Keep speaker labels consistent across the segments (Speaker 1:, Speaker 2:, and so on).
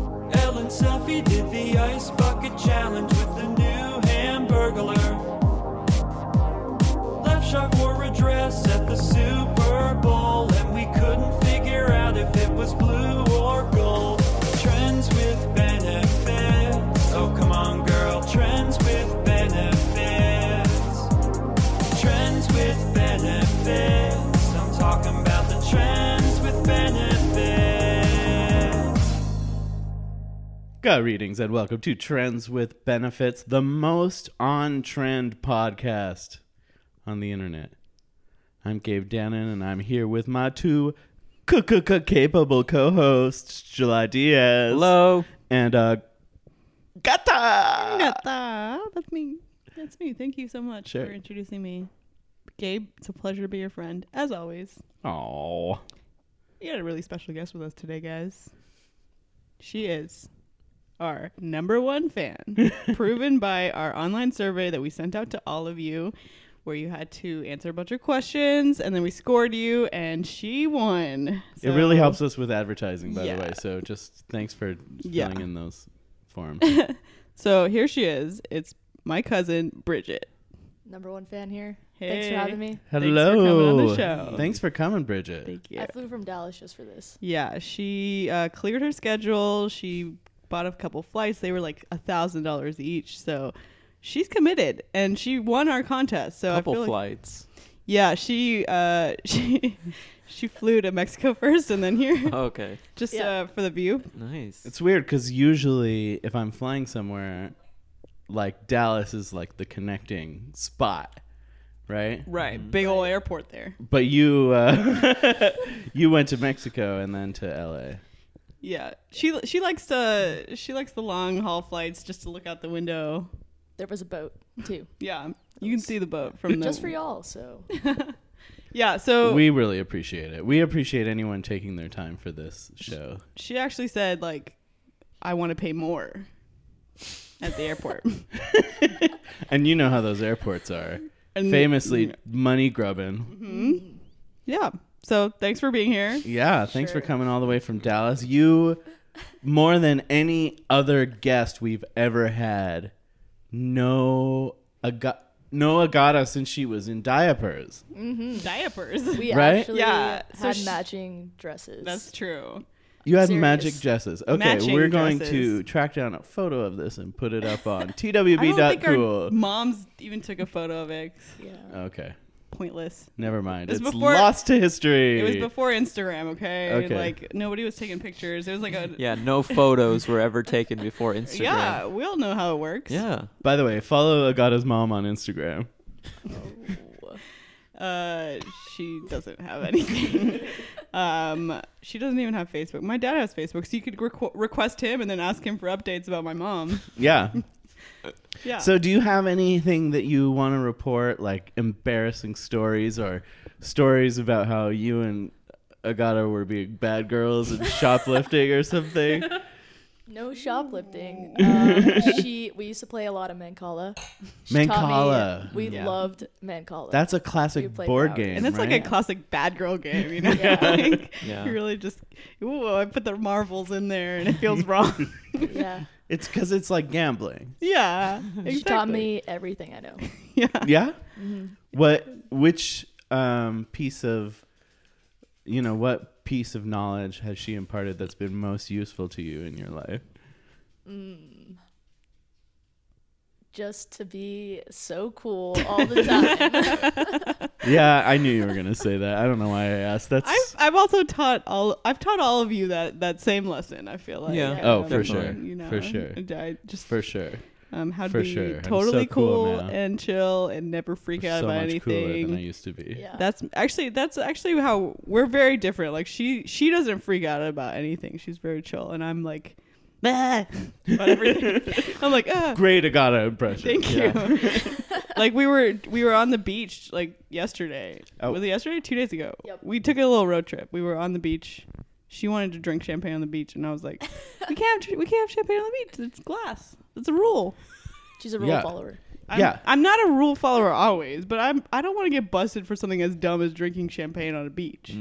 Speaker 1: Island selfie did the ice bucket challenge with the new hamburglar. Left Shark wore a dress at the Super Bowl, and we couldn't figure out if it was blue or gold. Trends with benefits. Oh, come on, girl. Trends with benefits. Trends with benefits. I'm talking about the trends with benefits.
Speaker 2: Gut readings and welcome to Trends with Benefits, the most on trend podcast on the internet. I'm Gabe Dannon and I'm here with my two capable co hosts, July Diaz.
Speaker 3: Hello.
Speaker 2: And uh, Gata.
Speaker 4: Agatha, ah, that's me. That's me. Thank you so much
Speaker 2: Sure.
Speaker 4: for introducing me. Gabe, it's a pleasure to be your friend, as always.
Speaker 2: Aw.
Speaker 4: You had a really special guest with us today, guys. She is our number one fan, proven by our online survey that we sent out to all of you, where you had to answer a bunch of questions and then we scored you, and she won.
Speaker 2: It really
Speaker 4: So-
Speaker 2: helps us with advertising, by the
Speaker 4: Yeah.
Speaker 2: way. So just thanks for filling
Speaker 4: Yeah.
Speaker 2: in those forms.
Speaker 4: So here she is. It's my cousin, Bridget.
Speaker 5: Number one fan here. Thanks for
Speaker 4: Hey.
Speaker 5: having me.
Speaker 4: for
Speaker 2: Hello.
Speaker 4: coming on the show.
Speaker 2: Thanks for coming, Bridget.
Speaker 4: Thank you.
Speaker 5: I flew from Dallas just for this.
Speaker 4: Yeah, she uh, cleared her schedule. She bought a couple flights. They were like a thousand dollars each. So she's committed, and she won our contest. So I
Speaker 3: Couple
Speaker 4: feel like-
Speaker 3: flights.
Speaker 4: yeah, she uh, she she flew to Mexico first, and then here,
Speaker 3: okay.
Speaker 4: just
Speaker 5: Yeah.
Speaker 4: uh, for the view.
Speaker 3: Nice.
Speaker 2: It's weird because usually if I'm flying somewhere, like Dallas is like the connecting spot, right?
Speaker 4: Right, big old airport there.
Speaker 2: But you uh, you went to Mexico and then to L.A.
Speaker 4: Yeah, she she likes to she likes the long haul flights just to look out the window.
Speaker 5: There was a boat too,
Speaker 4: Yeah, you can see the boat from the
Speaker 5: just for y'all. So
Speaker 4: yeah. So
Speaker 2: We really appreciate it. We appreciate anyone taking their time for this show.
Speaker 4: she actually said like i want to pay more at the airport
Speaker 2: And you know how those airports are.
Speaker 4: And-
Speaker 2: Famously money grubbing.
Speaker 4: yeah so thanks for being here
Speaker 2: Yeah, thanks for coming all the way from Dallas. You, more than any other guest we've ever had, know Aga- know Agata since she was in diapers.
Speaker 4: diapers
Speaker 5: we
Speaker 2: Right?
Speaker 5: actually
Speaker 4: Yeah, so
Speaker 5: had
Speaker 4: sh-
Speaker 5: matching dresses.
Speaker 4: that's true
Speaker 2: You had
Speaker 5: Serious.
Speaker 2: magic dresses. Okay,
Speaker 4: Matching
Speaker 2: we're going
Speaker 4: dresses.
Speaker 2: to track down a photo of this and put it up on
Speaker 4: i don't think our
Speaker 2: twb.cool.
Speaker 4: moms even took a photo of it
Speaker 5: yeah.
Speaker 2: Okay,
Speaker 4: pointless
Speaker 2: never mind.
Speaker 4: It was
Speaker 2: It's
Speaker 4: before-
Speaker 2: lost to history.
Speaker 4: it was before instagram okay,
Speaker 2: Okay.
Speaker 4: like nobody was taking pictures it was like a
Speaker 3: yeah, no photos were ever taken before Instagram.
Speaker 4: yeah we all know how it works
Speaker 3: Yeah.
Speaker 2: By the way, follow Agata's mom on Instagram.
Speaker 4: Oh. uh she doesn't have anything um she doesn't even have facebook my dad has facebook so you could requ- request him and then ask him for updates about my mom
Speaker 2: Yeah.
Speaker 4: yeah
Speaker 2: So, do you have anything that you want to report, like embarrassing stories or stories about how you and Agata were being bad girls and shoplifting or something?
Speaker 5: No shoplifting. Um, she. We used to play a lot of Mancala. She taught me-
Speaker 2: Mancala.
Speaker 5: We
Speaker 4: Yeah.
Speaker 5: loved Mancala.
Speaker 2: That's a
Speaker 5: You
Speaker 2: classic
Speaker 5: played
Speaker 2: board
Speaker 5: that.
Speaker 2: game.
Speaker 4: And it's like
Speaker 2: right?
Speaker 4: a classic bad girl game, you know?
Speaker 5: Yeah.
Speaker 4: like,
Speaker 3: Yeah.
Speaker 4: You really just, ooh, I put the marbles in there and it feels wrong.
Speaker 5: yeah.
Speaker 2: It's because it's like gambling.
Speaker 4: yeah.
Speaker 5: She taught me everything I know.
Speaker 4: Yeah.
Speaker 2: Yeah.
Speaker 5: Mm-hmm.
Speaker 2: What? Which um, piece of, you know, what piece of knowledge has she imparted that's been most useful to you in your life?
Speaker 5: Just to be so cool all the time.
Speaker 2: Yeah, I knew you were gonna say that. I don't know why I asked. That's
Speaker 4: I've, I've also taught all, I've taught all of you that, that same lesson, I feel like.
Speaker 3: Yeah.
Speaker 2: Oh, for
Speaker 3: Definitely.
Speaker 2: sure. For sure.
Speaker 4: and I just,
Speaker 2: For sure.
Speaker 4: um, how to
Speaker 2: for
Speaker 4: be
Speaker 2: sure. I'm so
Speaker 4: totally
Speaker 2: cool
Speaker 4: cool,
Speaker 2: now.
Speaker 4: and chill and never freak out
Speaker 2: so
Speaker 4: about
Speaker 2: much cooler
Speaker 4: anything.
Speaker 2: than I used to be.
Speaker 5: yeah.
Speaker 4: that's actually that's actually how we're very different like she she doesn't freak out about anything she's very chill and i'm like bah, about everything i'm like ah,
Speaker 2: Great Agata impression.
Speaker 4: thank you like we were we were on the beach like yesterday
Speaker 2: Oh.
Speaker 4: was it yesterday two days ago
Speaker 5: Yep.
Speaker 4: we took a little road trip we were on the beach she wanted to drink champagne on the beach and i was like we can't have, we can't have champagne on the beach it's glass it's a rule
Speaker 5: She's a rule
Speaker 2: Yeah.
Speaker 5: follower.
Speaker 4: I'm,
Speaker 2: Yeah.
Speaker 4: I'm not a rule follower always, but I'm I don't want to get busted for something as dumb as drinking champagne on a beach.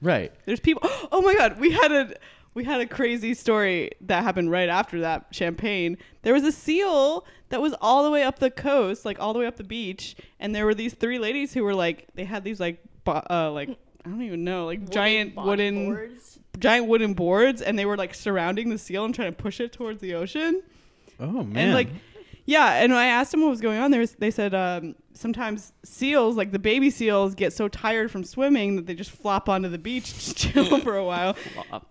Speaker 2: Right.
Speaker 4: There's people. Oh my god, we had a we had a crazy story that happened right after that champagne. There was a seal that was all the way up the coast, like all the way up the beach, and there were these three ladies who were like they had these like bo- uh like I don't even know, like giant
Speaker 5: bo-
Speaker 4: wooden
Speaker 5: boards.
Speaker 4: giant wooden boards and they were like surrounding the seal and trying to push it towards the ocean.
Speaker 2: Oh man.
Speaker 4: And like, yeah. And when I asked them what was going on, they, was, they said um, sometimes seals, like the baby seals, get so tired from swimming that they just flop onto the beach to chill for a while.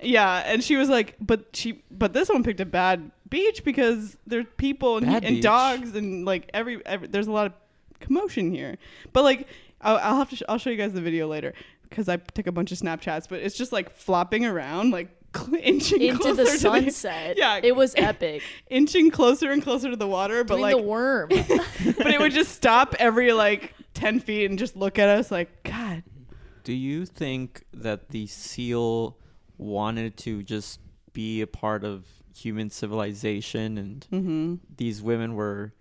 Speaker 4: Yeah. And she was like, but she, but this one picked a bad beach because there's people and,
Speaker 3: Bad
Speaker 4: and
Speaker 3: beach?
Speaker 4: dogs and like every, every there's a lot of commotion here. But like, I'll, I'll have to, sh- I'll show you guys the video later because I took a bunch of Snapchats. But it's just like flopping around, like. Inching
Speaker 5: into
Speaker 4: closer
Speaker 5: the
Speaker 4: to the,
Speaker 5: sunset.
Speaker 4: Yeah.
Speaker 5: it was epic.
Speaker 4: inching closer and closer to the water, but
Speaker 5: Doing
Speaker 4: like,
Speaker 5: the worm.
Speaker 4: but it would just stop every like ten feet and just look at us like, God,
Speaker 3: Do you think that the seal wanted to just be a part of human civilization and
Speaker 4: Hmm. mm-hmm."
Speaker 3: these women were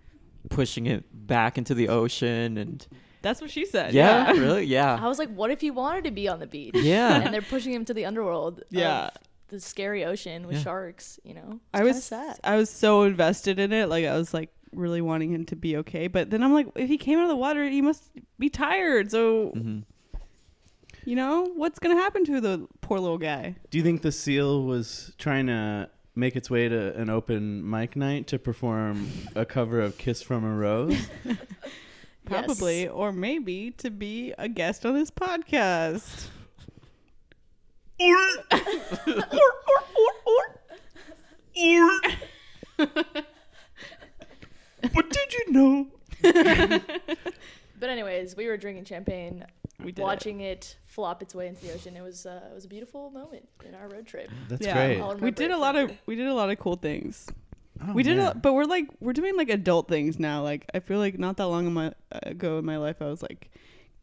Speaker 3: pushing it back into the ocean and
Speaker 4: that's what she said.
Speaker 3: yeah,
Speaker 5: I
Speaker 3: really? Yeah.
Speaker 5: was like, what if he wanted to be on the beach?
Speaker 3: Yeah.
Speaker 5: and they're pushing him to the underworld.
Speaker 4: Yeah.
Speaker 5: Of the scary ocean with
Speaker 3: Yeah.
Speaker 5: sharks. You know,
Speaker 4: I
Speaker 5: It's
Speaker 4: was
Speaker 5: kinda sad.
Speaker 4: I was so invested in it, like I was like really wanting him to be okay, but then I'm like, if he came out of the water, he must be tired. So,
Speaker 2: Mm-hmm.
Speaker 4: you know, what's gonna happen to the poor little guy?
Speaker 2: do you think the seal was trying to make its way to an open mic night to perform a cover of "Kiss from a Rose"?
Speaker 5: Yes.
Speaker 4: Probably, or maybe to be a guest on this podcast.
Speaker 2: but did you know?
Speaker 5: But anyways, we were drinking champagne,
Speaker 4: We did it.
Speaker 5: watching it. flop its way into the ocean. It was uh, it was a beautiful moment in our road trip.
Speaker 2: That's
Speaker 4: Yeah.
Speaker 2: great.
Speaker 5: I'll
Speaker 4: we
Speaker 5: remember
Speaker 4: did
Speaker 5: it
Speaker 4: a lot of
Speaker 5: forever.
Speaker 4: we did a lot of cool things.
Speaker 2: Oh,
Speaker 4: we did,
Speaker 2: man.
Speaker 4: a, but we're like we're doing like adult things now. Like I feel like not that long in my, ago in my life, I was like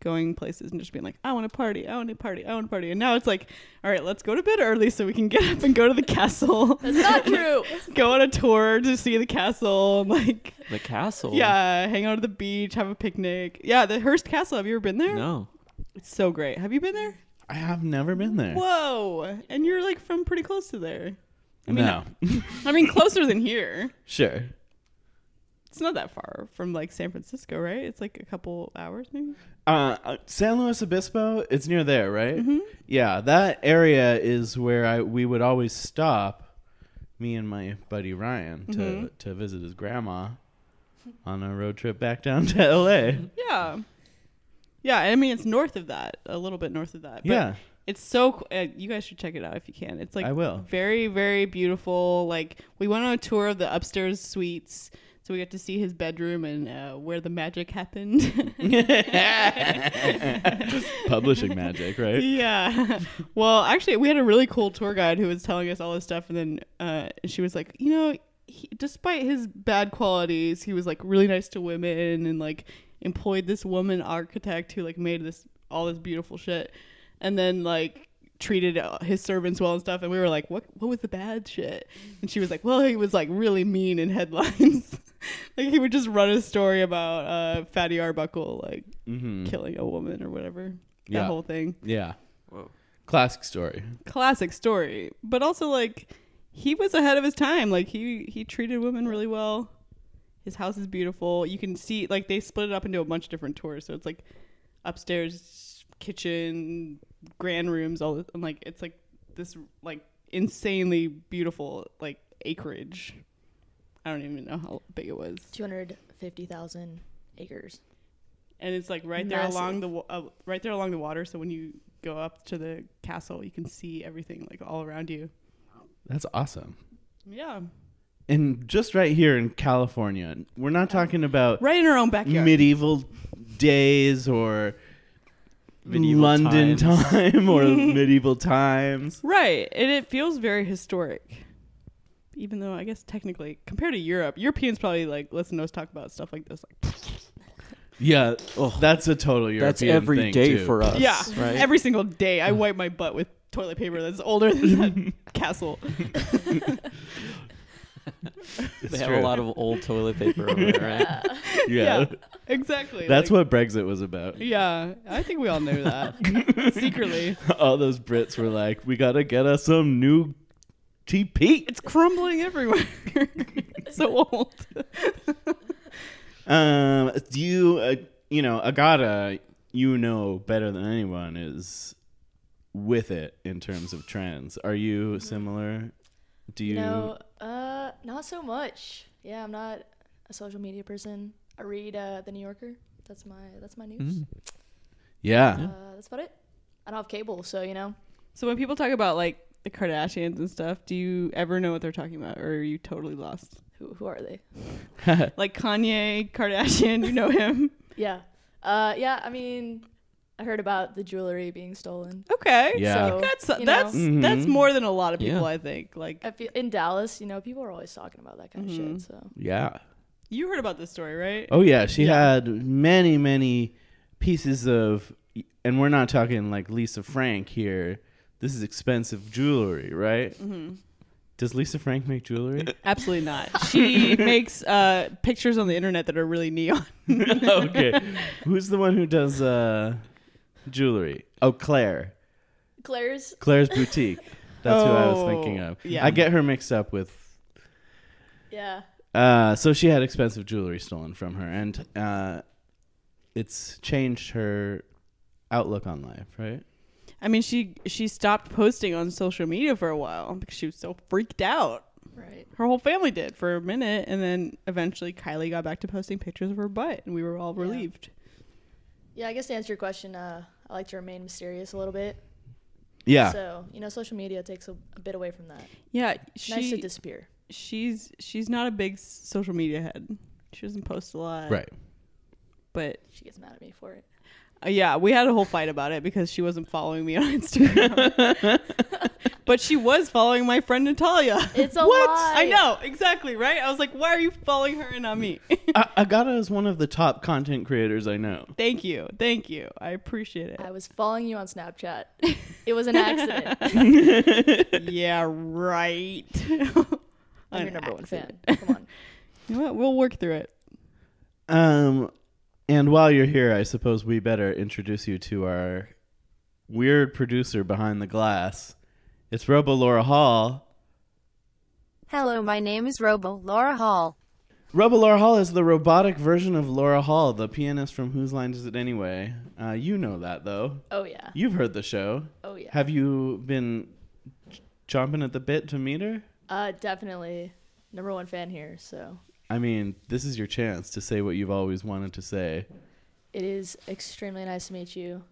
Speaker 4: going places and just being like, I want to party, I want to party, I want to party, and now it's like, all right, let's go to bed early so we can get up and go to the castle,
Speaker 5: That's not true.
Speaker 4: go on a tour to see the castle, and like
Speaker 3: The castle.
Speaker 4: yeah, hang out at the beach, have a picnic. Yeah, the Hearst Castle. Have you ever been there?
Speaker 3: No.
Speaker 4: It's so great. Have you been there?
Speaker 2: I have never been there.
Speaker 4: Whoa! And you're like from pretty close to there. I mean,
Speaker 2: no.
Speaker 4: I mean closer than here.
Speaker 2: sure.
Speaker 4: It's not that far from like San Francisco, right? It's like a couple hours maybe.
Speaker 2: Uh, uh, San Luis Obispo, it's near there, right? Yeah, that area is where I we would always stop, me and my buddy Ryan, to to visit his grandma on a road trip back down to L.A.
Speaker 4: Yeah. Yeah, I mean it's north of that, a little bit north of that. But
Speaker 2: Yeah.
Speaker 4: It's so co- uh, you guys should check it out if you can. It's like
Speaker 2: I will.
Speaker 4: very very beautiful. Like we went on a tour of the upstairs suites. So we got to see his bedroom and uh, where the magic happened.
Speaker 2: Publishing magic, right?
Speaker 4: yeah. Well, actually, we had a really cool tour guide who was telling us all this stuff, and then uh, she was like, you know, he, despite his bad qualities, he was like really nice to women and like employed this woman architect who like made this all this beautiful shit, and then like treated uh, his servants well and stuff and we were like what what was the bad shit and she was like well he was like really mean in headlines like he would just run a story about uh fatty arbuckle like killing a woman or whatever that
Speaker 2: Mm. Yeah.
Speaker 4: whole thing
Speaker 2: Mm-hmm. Yeah.
Speaker 3: Whoa.
Speaker 2: Classic story.
Speaker 4: classic story, but also like he was ahead of his time. Like he he treated women really well. His house is beautiful. You can see like they split it up into a bunch of different tours. So it's like upstairs kitchen, grand rooms, all this, and like it's like this like insanely beautiful like acreage. I don't even know how big it was.
Speaker 5: Two hundred fifty thousand acres.
Speaker 4: and it's like right there
Speaker 5: Massive.
Speaker 4: along the wa- uh, right there along the water. So when you go up to the castle, you can see everything like all around you.
Speaker 2: That's awesome.
Speaker 4: Yeah,
Speaker 2: And just right here in California, we're not talking about
Speaker 4: right in our own backyard.
Speaker 2: medieval days or
Speaker 3: Medieval
Speaker 2: London
Speaker 3: times.
Speaker 2: time or medieval times.
Speaker 4: right, and it feels very historic. Even though I guess technically, compared to Europe, Europeans probably like listen to us talk about stuff like this. Like,
Speaker 2: Yeah, that's a total European
Speaker 3: That's every
Speaker 2: thing,
Speaker 3: day
Speaker 2: too.
Speaker 3: for us.
Speaker 4: yeah,
Speaker 3: Right?
Speaker 4: every single day I wipe my butt with toilet paper that's older than that castle.
Speaker 3: they
Speaker 2: It's
Speaker 3: have
Speaker 2: true.
Speaker 3: a lot of old toilet paper over there, right?
Speaker 2: yeah.
Speaker 4: exactly.
Speaker 2: That's
Speaker 4: like-
Speaker 2: what Brexit was about.
Speaker 4: Yeah, I think we all knew that secretly.
Speaker 2: All those Brits were like, "We gotta get us some new GP.
Speaker 4: It's crumbling everywhere. It's so old.
Speaker 2: Um, you, uh, you know, Agata, you know better than anyone is with it in terms of trends. Are you similar? Do you?
Speaker 5: No, uh, not so much. Yeah, I'm not a social media person. I read uh, the New Yorker. That's my that's my news.
Speaker 2: Yeah.
Speaker 5: Uh, that's about it. I don't have cable, so you know.
Speaker 4: So when people talk about like the Kardashians and stuff, do you ever know what they're talking about, or are you totally lost?
Speaker 5: Who who are they?
Speaker 4: Like Kanye Kardashian, you know him.
Speaker 5: Yeah. Uh, yeah. I mean, I heard about the jewelry being stolen.
Speaker 4: Okay.
Speaker 2: Yeah.
Speaker 5: So,
Speaker 4: That's
Speaker 5: you know,
Speaker 4: that's that's
Speaker 2: Mhm.
Speaker 4: more than a lot of people,
Speaker 3: Yeah.
Speaker 4: I think. Like
Speaker 5: I feel in Dallas, you know, people are always talking about that kind of shit. So
Speaker 2: yeah.
Speaker 4: you heard about this story, right?
Speaker 2: Oh yeah, she had many, many pieces of, and we're not talking like Lisa Frank here. This is expensive jewelry, right?
Speaker 4: Mm-hmm.
Speaker 2: Does Lisa Frank make jewelry?
Speaker 4: Absolutely not. She makes uh, pictures on the internet that are really neon.
Speaker 2: okay, who's the one who does uh, jewelry? Oh, Claire,
Speaker 5: Claire's
Speaker 2: Claire's boutique. That's who I was thinking
Speaker 4: Oh,
Speaker 2: of.
Speaker 4: yeah.
Speaker 2: I get her mixed up with
Speaker 5: yeah.
Speaker 2: Uh, so she had expensive jewelry stolen from her, and uh, it's changed her outlook on life, right?
Speaker 4: I mean, she she stopped posting on social media for a while because she was so freaked out.
Speaker 5: Right.
Speaker 4: Her whole family did for a minute, and then eventually Kylie got back to posting pictures of her butt, and we were all relieved.
Speaker 5: Yeah, I guess to answer your question, uh, I like to remain mysterious a little bit.
Speaker 2: Yeah.
Speaker 5: So you know, social media takes a, a bit away from that.
Speaker 4: Yeah,
Speaker 5: It's nice to
Speaker 4: she
Speaker 5: disappear.
Speaker 4: she's she's not a big s- social media head. She doesn't post a lot,
Speaker 2: right.
Speaker 4: But
Speaker 5: She gets mad at me for it.
Speaker 4: Uh, yeah, we had a whole fight about it because she wasn't following me on Instagram. but she was following my friend Natalia.
Speaker 5: It's a lie.
Speaker 4: I know, exactly, right? I was like, why are you following her and not me?
Speaker 2: I- Agata is one of the top content creators I know.
Speaker 4: thank you. Thank you. I appreciate it.
Speaker 5: I was following you on Snapchat. It was an accident.
Speaker 4: yeah, right.
Speaker 5: I'm
Speaker 4: An
Speaker 5: your number one fan.
Speaker 4: accident.
Speaker 5: Come on.
Speaker 4: You know what? We'll work through it.
Speaker 2: Um, and while you're here, I suppose we better introduce you to our weird producer behind the glass. It's Robo Laura Hall.
Speaker 6: Hello, my name is Robo Laura Hall.
Speaker 2: Robo Laura Hall is the robotic version of Laura Hall, the pianist from Whose Line Is It Anyway? Uh, you know that, though.
Speaker 5: Oh yeah.
Speaker 2: You've heard the show.
Speaker 5: Oh yeah.
Speaker 2: Have you been j- chomping at the bit to meet her?
Speaker 5: Uh, definitely number one fan here. So
Speaker 2: I mean, this is your chance to say what you've always wanted to say.
Speaker 5: it is extremely nice to meet you,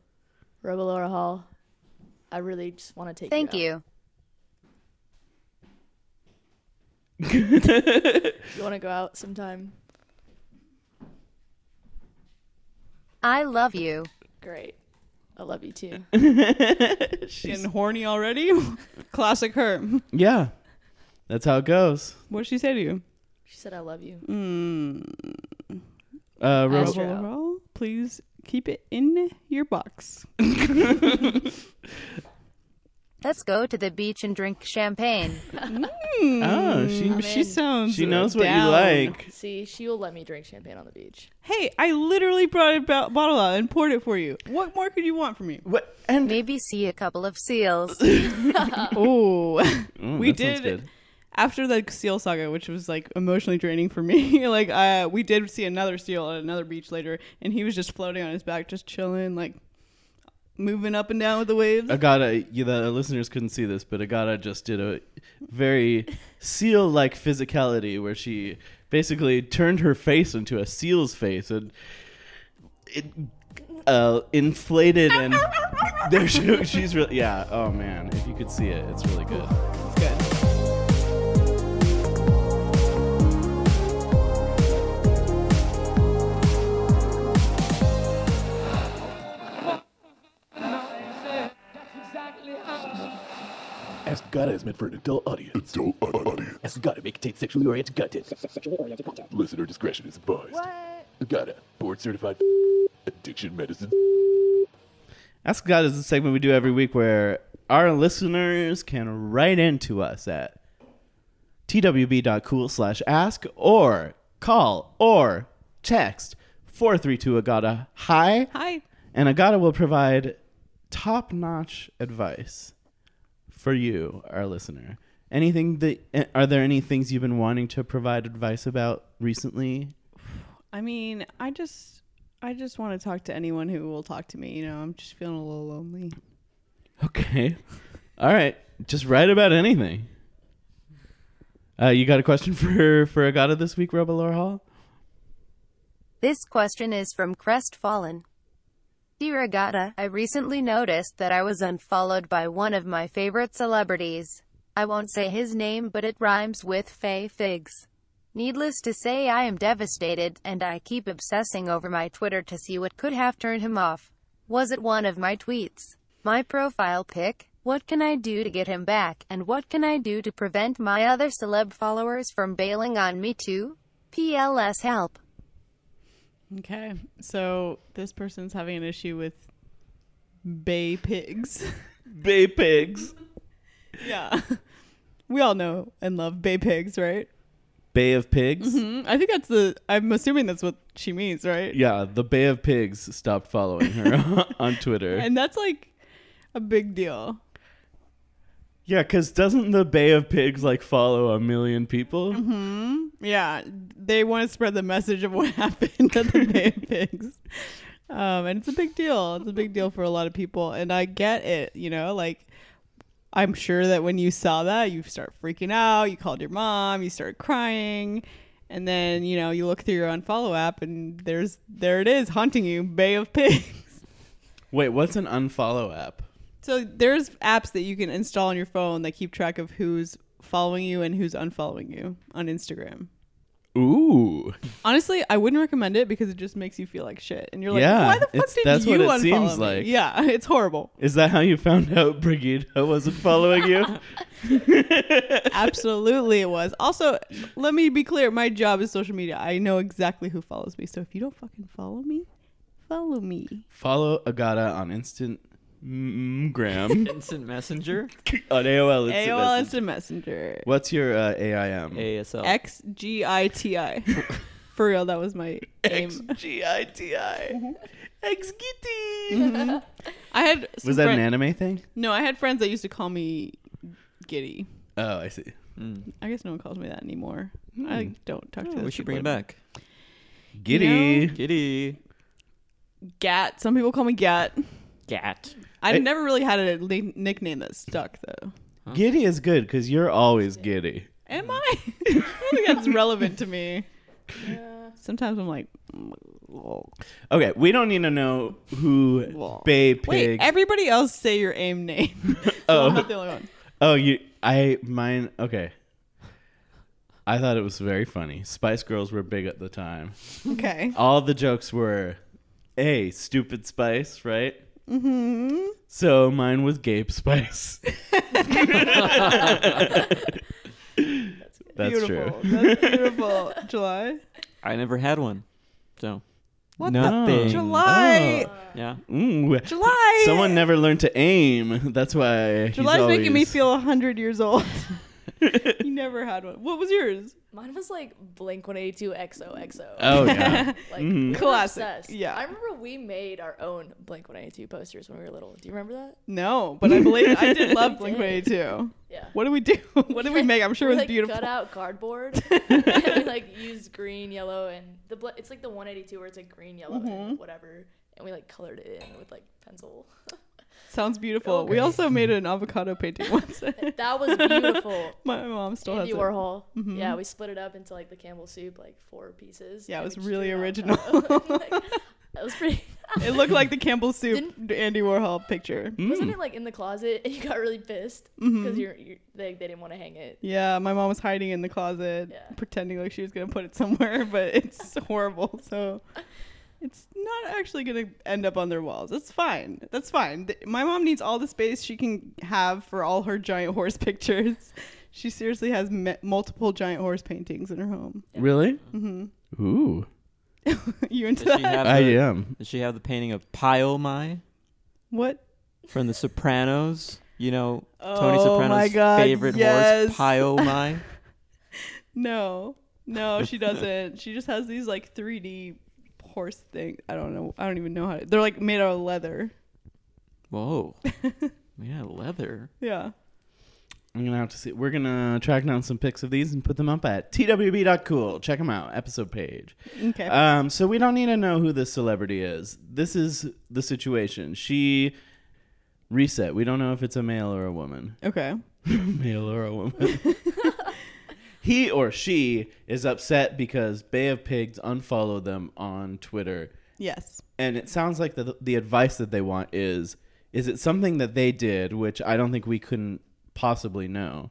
Speaker 5: Robo Laura Hall. I really just want to take.
Speaker 6: Thank
Speaker 5: you.
Speaker 6: you.
Speaker 5: out. You want to go out sometime?
Speaker 6: I love you.
Speaker 5: Great. I love you too.
Speaker 4: Getting horny already? Classic her.
Speaker 2: Yeah, that's how it goes.
Speaker 4: What did she say to you?
Speaker 5: She said I love you.
Speaker 2: Uh, Ro-
Speaker 5: Astro.
Speaker 4: Overall, please keep it in your box.
Speaker 6: Let's go to the beach and drink champagne.
Speaker 2: oh, she
Speaker 5: I'm
Speaker 4: She
Speaker 5: in.
Speaker 4: sounds
Speaker 2: she knows what
Speaker 4: Mm, down.
Speaker 2: you like.
Speaker 5: See, she will let me drink champagne on the beach.
Speaker 4: Hey, I literally brought a bo- bottle out and poured it for you. What more could you want from me?
Speaker 2: What? And
Speaker 6: Maybe see a couple of seals.
Speaker 4: Oh,
Speaker 2: Ooh,
Speaker 4: we
Speaker 2: that sounds
Speaker 4: did
Speaker 2: good.
Speaker 4: after the seal saga, which was like emotionally draining for me. like, uh, we did see another seal at another beach later, and he was just floating on his back, just chilling, like moving up and down with the waves.
Speaker 2: Agata, you, the listeners couldn't see this, but Agata just did a very seal like physicality where she basically turned her face into a seal's face and it uh, inflated and there she, she's really, yeah, oh man, if you could see it, it's really good.
Speaker 4: It's good.
Speaker 7: Ask Gotta is meant for an adult audience. Adult audience. Ask Gotta may contain sexually oriented content. Sexually oriented content. Listener discretion is advised. What? Gotta, board certified addiction medicine.
Speaker 2: Ask God is a segment we do every week where our listeners can write into us at twb.cool slash ask or call or text 432 Agata Hi.
Speaker 4: Hi.
Speaker 2: And Agata will provide top notch advice for you, our listener. Anything that eh, are there any things you've been wanting to provide advice about recently?
Speaker 4: I mean, I just I just want to talk to anyone who will talk to me. You know, I'm just feeling a little lonely.
Speaker 2: Okay. All right. Just write about anything. Uh, you got a question for for Agata this week, Robalore Hall?
Speaker 6: This question is from Crestfallen. Dear Agata, I recently noticed that I was unfollowed by one of my favorite celebrities. I won't say his name, but it rhymes with Fay Figs. Needless to say, I am devastated, and I keep obsessing over my Twitter to see what could have turned him off. Was it one of my tweets? My profile pic? What can I do to get him back, and what can I do to prevent my other celeb followers from bailing on me too? PLS help.
Speaker 4: Okay, so this person's having an issue with bay pigs.
Speaker 2: Bay pigs.
Speaker 4: yeah, we all know and love bay pigs, right?
Speaker 2: Bay of pigs.
Speaker 4: Mm, I think that's the. I'm assuming that's what she means, right?
Speaker 2: Yeah, the Bay of Pigs stopped following her on Twitter.
Speaker 4: And that's like a big deal.
Speaker 2: yeah, because doesn't the Bay of Pigs like follow a million people?
Speaker 4: Yeah, they want to spread the message of what happened at the Bay of Pigs. Um, and it's a big deal. It's a big deal for a lot of people. And I get it, you know, like I'm sure that when you saw that, you start freaking out, you called your mom, you start crying. And then, you know, you look through your unfollow app and there's there it is haunting you, Bay of Pigs.
Speaker 2: Wait, what's an unfollow app?
Speaker 4: So there's apps that you can install on your phone that keep track of who's following you and who's unfollowing you on Instagram.
Speaker 2: Ooh,
Speaker 4: Honestly, I wouldn't recommend it because it just makes you feel like shit, and you're like,
Speaker 2: Yeah,
Speaker 4: "Why the fuck
Speaker 2: it's-
Speaker 4: did
Speaker 2: that's
Speaker 4: you
Speaker 2: what it
Speaker 4: unfollow
Speaker 2: seems
Speaker 4: me?"
Speaker 2: like.
Speaker 4: Yeah, it's horrible.
Speaker 2: is that how you found out Brigida wasn't following you?
Speaker 4: Absolutely, it was. Also, let me be clear: my job is social media. I know exactly who follows me. So if you don't fucking follow me, follow me.
Speaker 2: follow Agata on Instant mm, Gram
Speaker 3: Instant Messenger,
Speaker 2: on AOL. Instant
Speaker 4: AOL
Speaker 2: Message.
Speaker 4: Instant Messenger,
Speaker 2: What's your uh, AIM?
Speaker 3: ASL.
Speaker 4: X G I T I. For real, that was my aim.
Speaker 2: G I T I. X Gitty.
Speaker 4: I had some
Speaker 2: Was that an
Speaker 4: friend-
Speaker 2: anime thing?
Speaker 4: No, I had friends that used to call me Giddy.
Speaker 2: Oh, I see.
Speaker 4: I guess no one calls me that anymore.
Speaker 2: Hmm.
Speaker 4: I don't
Speaker 2: Oh,
Speaker 4: talk to.
Speaker 3: we
Speaker 4: those
Speaker 3: should
Speaker 4: people
Speaker 3: bring it back.
Speaker 2: Giddy.
Speaker 3: Giddy.
Speaker 4: Gat. Some people call me Gat.
Speaker 3: Gat.
Speaker 4: I
Speaker 2: Hey.
Speaker 4: never really had a li- nickname that stuck though.
Speaker 2: Giddy is good because you're always giddy.
Speaker 4: Am I? I don't think that's relevant to me. Sometimes I'm like,
Speaker 2: Okay, we don't need to know who
Speaker 4: Well,
Speaker 2: Bay Pig.
Speaker 4: wait, everybody else say your aim name. so I'm not the only one.
Speaker 2: oh, you. I mine. Okay. I thought it was very funny. Spice Girls were big at the time.
Speaker 4: Okay.
Speaker 2: All the jokes were, a stupid Spice, right? Mm-hmm. So mine was Gabe Spice. That's
Speaker 4: beautiful.
Speaker 2: true.
Speaker 4: That's beautiful. July.
Speaker 3: I never had one. So
Speaker 4: What
Speaker 3: Nothing.
Speaker 4: the July?
Speaker 3: yeah.
Speaker 2: Ooh.
Speaker 4: July.
Speaker 2: Oh. Someone never learned to aim. That's why. he's
Speaker 4: July's making me
Speaker 2: always-
Speaker 4: feel hundred years old. you never had one. What was yours?
Speaker 5: Mine was like Blink 182 XOXO.
Speaker 2: Oh yeah.
Speaker 5: like we were
Speaker 4: Mm-hmm. Classic,
Speaker 5: obsessed.
Speaker 4: yeah.
Speaker 5: I remember we made our own Blink 182 posters when we were little. Do you remember that?
Speaker 4: No, but I believe I did love Blink 182.
Speaker 5: Yeah.
Speaker 4: What did we do? What did we make? I'm sure it
Speaker 5: we,
Speaker 4: was
Speaker 5: like,
Speaker 4: beautiful.
Speaker 5: Cut out cardboard. and we like used green, yellow, and the bl- it's like the 182 where it's like green, yellow,
Speaker 4: Mm-hmm.
Speaker 5: and whatever. And we like colored it in with like pencil.
Speaker 4: Sounds beautiful. We also made an avocado painting once.
Speaker 5: That was beautiful.
Speaker 4: My mom still
Speaker 5: Andy
Speaker 4: has it. Mm-hmm.
Speaker 5: Warhol. Yeah, we split it up into like the Campbell soup, like four pieces.
Speaker 4: Yeah, it
Speaker 5: and we
Speaker 4: was
Speaker 5: just
Speaker 4: really
Speaker 5: did an
Speaker 4: original.
Speaker 5: avocado. Like, that was pretty.
Speaker 4: It looked like the Campbell soup Andy Warhol picture.
Speaker 5: Wasn't
Speaker 2: Mm.
Speaker 5: it like in the closet? And you got really pissed because
Speaker 4: Mm-hmm.
Speaker 5: you're, you're they, they didn't want to hang it.
Speaker 4: Yeah, my mom was hiding in the closet,
Speaker 5: Yeah.
Speaker 4: pretending like she was gonna put it somewhere, but it's horrible. So it's not actually gonna end up on their walls. That's fine. That's fine. Th- My mom needs all the space she can have for all her giant horse pictures. She seriously has me- multiple giant horse paintings in her home.
Speaker 2: Really? Mm-hmm. Ooh.
Speaker 4: you into
Speaker 3: Does
Speaker 4: that?
Speaker 3: she have
Speaker 2: I um,
Speaker 3: the,
Speaker 2: am.
Speaker 3: Does she have the painting of Pio Mai
Speaker 4: what?
Speaker 3: from The Sopranos? You know, Tony
Speaker 4: Oh
Speaker 3: Soprano's
Speaker 4: my God,
Speaker 3: favorite
Speaker 4: yes.
Speaker 3: horse, Pio Mai.
Speaker 4: No, no, she doesn't. she just has these like 3D horse thing. I don't know. I don't even know how. To- They're like made out of leather.
Speaker 3: Whoa. Yeah, leather.
Speaker 4: Yeah.
Speaker 2: I'm gonna have to see. We're gonna track down some pics of these and put them up at twb.cool. Check them out. Episode page.
Speaker 4: Okay.
Speaker 2: Um, so we don't need to know who this celebrity is. This is the situation. She reset. We don't know if it's a male or a woman.
Speaker 4: okay.
Speaker 2: male or a woman. he or she is upset because Bay of Pigs unfollowed them on Twitter.
Speaker 4: Yes.
Speaker 2: And it sounds like the, the advice that they want is is it something that they did, which I don't think we couldn't possibly know?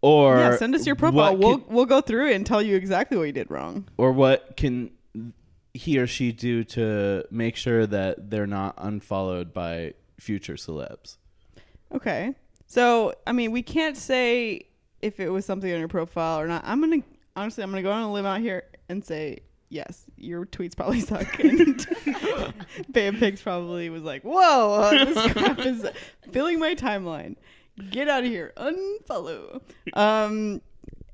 Speaker 2: Or
Speaker 4: yeah. Send us your
Speaker 2: what
Speaker 4: profile.
Speaker 2: could-
Speaker 4: We'll we'll go through it and tell you exactly what you did wrong.
Speaker 2: or what can he or she do to make sure that they're not unfollowed by future celebs?
Speaker 4: Okay. So I mean, we can't say if it was something on your profile or not. I'm gonna honestly, I'm gonna go on a limb out here and say yes. Your tweets probably suck. And Bam Pigs probably was like, "Whoa, uh, this crap is filling my timeline. Get out of here. Unfollow." Um,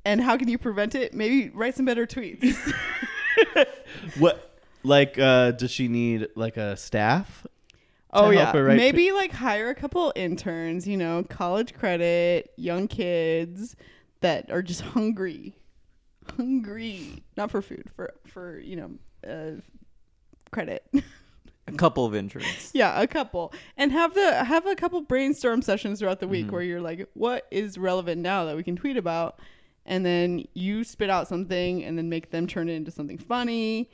Speaker 4: and how can you prevent it? Maybe write some better tweets.
Speaker 2: What like uh does she need like a staff?
Speaker 4: Oh
Speaker 2: help
Speaker 4: yeah,
Speaker 2: her write
Speaker 4: maybe like hire a couple interns. You know, college credit, young kids that are just hungry, hungry, not for food, for for you know, uh, credit.
Speaker 3: A couple of interns.
Speaker 4: yeah, a couple, and have the have a couple brainstorm sessions throughout the week
Speaker 2: Mm-hmm.
Speaker 4: where you're like, what is relevant now that we can tweet about. And then you spit out something and then make them turn it into something funny.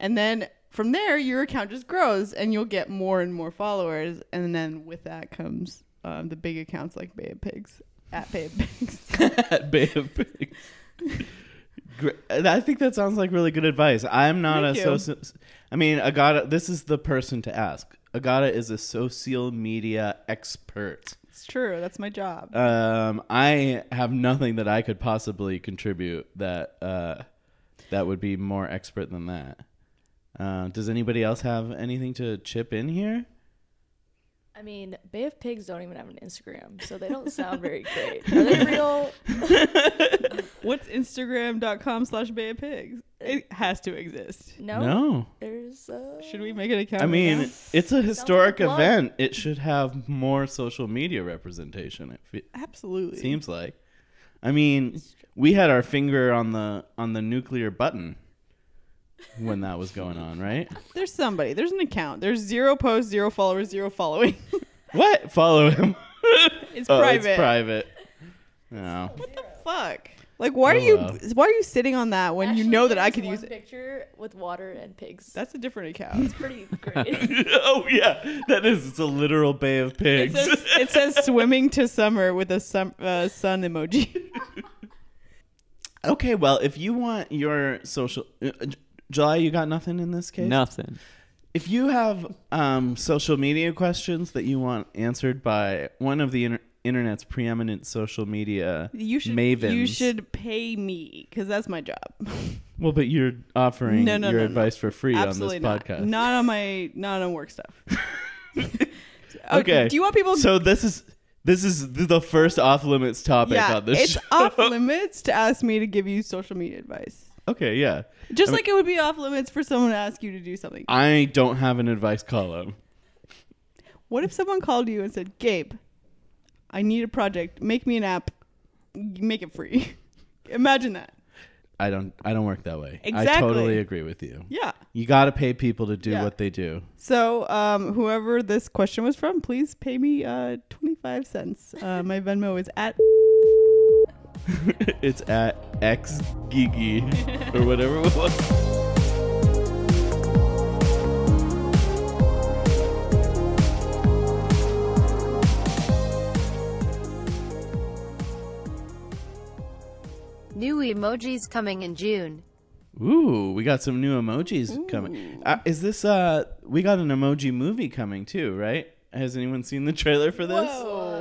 Speaker 4: And then from there, your account just grows and you'll get more and more followers. And then with that comes um, the big accounts like Bay of Pigs, at Bay of Pigs.
Speaker 2: at Bay of Pigs. Gr- I think that sounds like really good advice. I'm not a
Speaker 4: Thank you.
Speaker 2: social. I mean, Agata. This is the person to ask. Agata is a social media expert.
Speaker 4: it's true. That's my job.
Speaker 2: Um, I have nothing that I could possibly contribute that uh, that would be more expert than that. Uh, does anybody else have anything to chip in here?
Speaker 5: I mean, Bay of Pigs don't even have an Instagram, so they don't sound very great. Are they real?
Speaker 4: What's Instagram.com slash Bay of Pigs? It has to exist.
Speaker 5: No.
Speaker 2: no.
Speaker 5: There's. Uh,
Speaker 4: Should we make an account?
Speaker 2: I
Speaker 4: right
Speaker 2: mean,
Speaker 4: now?
Speaker 2: it's a historic
Speaker 5: like a plug.
Speaker 2: event. It should have more social media representation. It fe-
Speaker 4: absolutely.
Speaker 2: Seems like. I mean, we had our finger on the on the nuclear button when that was going on, right?
Speaker 4: There's somebody. There's an account. There's zero posts, zero followers, zero following.
Speaker 2: What? Follow him.
Speaker 4: it's
Speaker 2: Oh,
Speaker 4: private.
Speaker 2: It's private. No.
Speaker 4: Fuck. Like, why are
Speaker 2: Oh,
Speaker 4: you?
Speaker 2: well.
Speaker 4: Why are you sitting on that when you
Speaker 5: Actually,
Speaker 4: know that I
Speaker 5: there's
Speaker 4: could
Speaker 5: one
Speaker 4: use it?
Speaker 5: Picture with water and pigs.
Speaker 4: That's a different account.
Speaker 5: That's pretty great.
Speaker 2: oh yeah, that is. It's a literal bay of
Speaker 4: it,
Speaker 2: pigs.
Speaker 4: says, it says swimming to summer with a sum, uh, sun emoji.
Speaker 2: okay, well, if you want your social, uh, J- July, you got nothing in this case.
Speaker 3: Nothing.
Speaker 2: If you have um, social media questions that you want answered by one of the inter- internet's preeminent social media
Speaker 4: You should.
Speaker 2: mavens,
Speaker 4: You should pay me because that's my job.
Speaker 2: Well, but you're offering
Speaker 4: No, no,
Speaker 2: your
Speaker 4: no, no.
Speaker 2: advice for free
Speaker 4: Absolutely
Speaker 2: on
Speaker 4: not.
Speaker 2: this podcast.
Speaker 4: Not on my. Not on work stuff.
Speaker 2: okay.
Speaker 4: Do you want people?
Speaker 2: So this is this is th- the first off limits topic
Speaker 4: yeah,
Speaker 2: on this.
Speaker 4: it's
Speaker 2: show.
Speaker 4: off limits to ask me to give you social media advice.
Speaker 2: okay, yeah.
Speaker 4: Just
Speaker 2: I mean-
Speaker 4: like it would be off limits for someone to ask you to do something.
Speaker 2: I don't have an advice column.
Speaker 4: What if someone called you and said, Gabe, I need a project. Make me an app. Make it free. Imagine that.
Speaker 2: I don't I don't work that way. I
Speaker 4: Exactly.
Speaker 2: totally agree with you.
Speaker 4: Yeah.
Speaker 2: You got to pay people to do
Speaker 4: Yeah.
Speaker 2: what they do.
Speaker 4: So, um, whoever this question was from, please pay me uh, 25 cents. Uh, my Venmo is at.
Speaker 2: it's at X Gigi or whatever it was.
Speaker 6: New emojis coming in June.
Speaker 2: Ooh, we got some new emojis coming. Uh, is this uh we got an emoji movie coming too, right? Has anyone seen the trailer for this?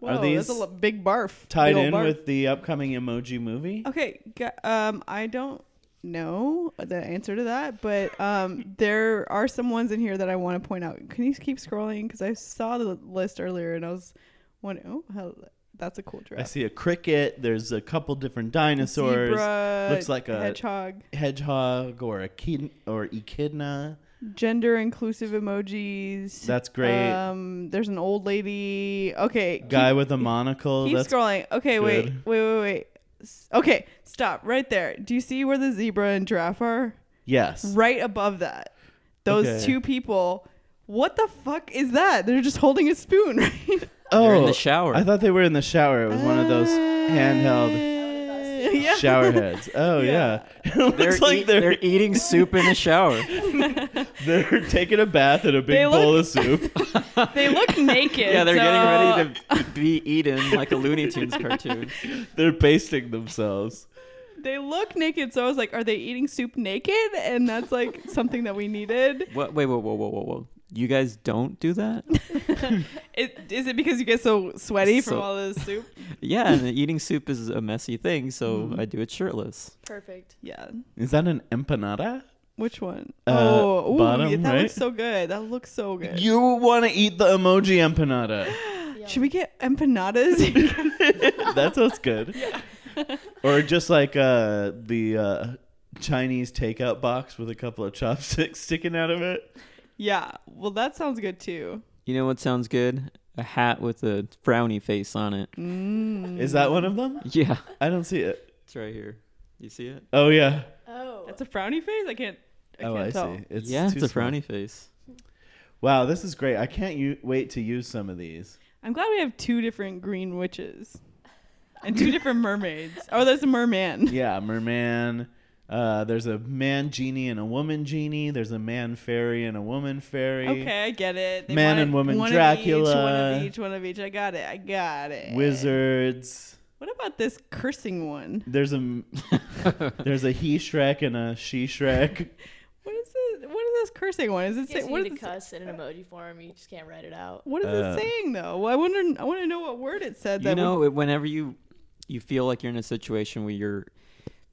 Speaker 5: But
Speaker 4: Whoa,
Speaker 2: Are these
Speaker 4: that's a l- big barf.
Speaker 2: Tied
Speaker 4: Big ol'
Speaker 2: in
Speaker 4: barf.
Speaker 2: with the upcoming emoji movie?
Speaker 4: Okay, gu- um, I don't know the answer to that, but um, there are some ones in here that I want to point out. Can you keep scrolling? Because I saw the list earlier and I was wondering, oh, hell, that's a cool
Speaker 2: I
Speaker 4: giraffe.
Speaker 2: see a cricket, there's a couple different dinosaurs,
Speaker 4: Zebra,
Speaker 2: looks like a-
Speaker 4: hedgehog.
Speaker 2: hedgehog or a kid or echidna.
Speaker 4: gender inclusive emojis.
Speaker 2: That's great.
Speaker 4: Um, there's an old lady. Okay, keep-
Speaker 2: Guy with a monocle.
Speaker 4: Keep
Speaker 2: that's
Speaker 4: scrolling. Okay, wait,
Speaker 2: good.
Speaker 4: wait, wait, wait. S- Okay, stop right there. Do you see where the zebra and giraffe are?
Speaker 2: yes.
Speaker 4: Right above that. Those
Speaker 2: Okay.
Speaker 4: two people. What the fuck is that? They're just holding a spoon, right?
Speaker 2: Oh,
Speaker 3: They're in the shower.
Speaker 2: I thought they were in the shower. It was one of those handheld
Speaker 4: Uh, yeah.
Speaker 2: shower heads. Oh yeah,
Speaker 4: Yeah.
Speaker 2: it looks
Speaker 3: They're,
Speaker 2: like
Speaker 3: eat-
Speaker 2: they're
Speaker 3: they're eating soup in the shower.
Speaker 2: They're taking a bath in a big
Speaker 4: They
Speaker 2: bowl
Speaker 4: look-
Speaker 2: of soup.
Speaker 4: They look naked.
Speaker 3: Yeah, they're
Speaker 4: so-
Speaker 3: getting ready to be eaten like a Looney Tunes cartoon.
Speaker 2: They're basting themselves.
Speaker 4: They look naked, so I was like, "Are they eating soup naked?" And that's like something that we needed.
Speaker 3: What? Wait, whoa, whoa, whoa, whoa, whoa! You guys don't do that?
Speaker 4: It, is it because you get so sweaty from
Speaker 3: So-
Speaker 4: all the soup?
Speaker 3: Yeah, and eating soup is a messy thing, so
Speaker 4: Mm-hmm.
Speaker 3: I do it shirtless.
Speaker 5: Perfect.
Speaker 4: Yeah.
Speaker 2: Is that an empanada?
Speaker 4: Which one?
Speaker 2: Uh,
Speaker 4: oh, ooh,
Speaker 2: bottom,
Speaker 4: yeah, that
Speaker 2: right?
Speaker 4: looks so good. That looks so good.
Speaker 2: You want to eat the emoji empanada?
Speaker 4: Should we get empanadas?
Speaker 2: that sounds good. Or just like uh, the uh, Chinese takeout box with a couple of chopsticks sticking out of it.
Speaker 4: yeah. Well, that sounds good too.
Speaker 3: You know what sounds good? A hat with a frowny face on it.
Speaker 4: Mm.
Speaker 2: Is that one of them?
Speaker 3: Yeah,
Speaker 2: I don't see it.
Speaker 3: it's right here. You see it?
Speaker 2: Oh yeah.
Speaker 5: Oh.
Speaker 4: That's a frowny face. I can't. I
Speaker 2: oh,
Speaker 4: can't
Speaker 2: I
Speaker 4: tell.
Speaker 2: see. It's
Speaker 3: yeah,
Speaker 2: too
Speaker 3: it's a
Speaker 2: small.
Speaker 3: frowny face.
Speaker 2: Wow, this is great. I can't u- wait to use some of these.
Speaker 4: I'm glad we have two different green witches and two different mermaids. Oh, there's a merman.
Speaker 2: Yeah, merman. Uh, there's a man genie and a woman genie. There's a man fairy and a woman fairy.
Speaker 4: Okay, I get it. They
Speaker 2: Man
Speaker 4: wanted
Speaker 2: and woman
Speaker 4: one Of each, one
Speaker 2: Dracula.
Speaker 4: of each. One of each. I got it. I got it.
Speaker 2: Wizards.
Speaker 4: What about this cursing one?
Speaker 2: There's a there's a he Shrek and a she Shrek.
Speaker 4: What is this? What is this cursing one? Is it?
Speaker 5: I guess
Speaker 4: Say,
Speaker 5: you
Speaker 4: what
Speaker 5: need
Speaker 4: is
Speaker 5: to
Speaker 4: it say-
Speaker 5: cuss in an emoji form. You just can't write it out.
Speaker 4: What is
Speaker 2: Uh,
Speaker 4: it saying though? Well, I wonder. I want to know what word it said. That
Speaker 3: You
Speaker 4: would-
Speaker 3: know, it- whenever you you feel like you're in a situation where you're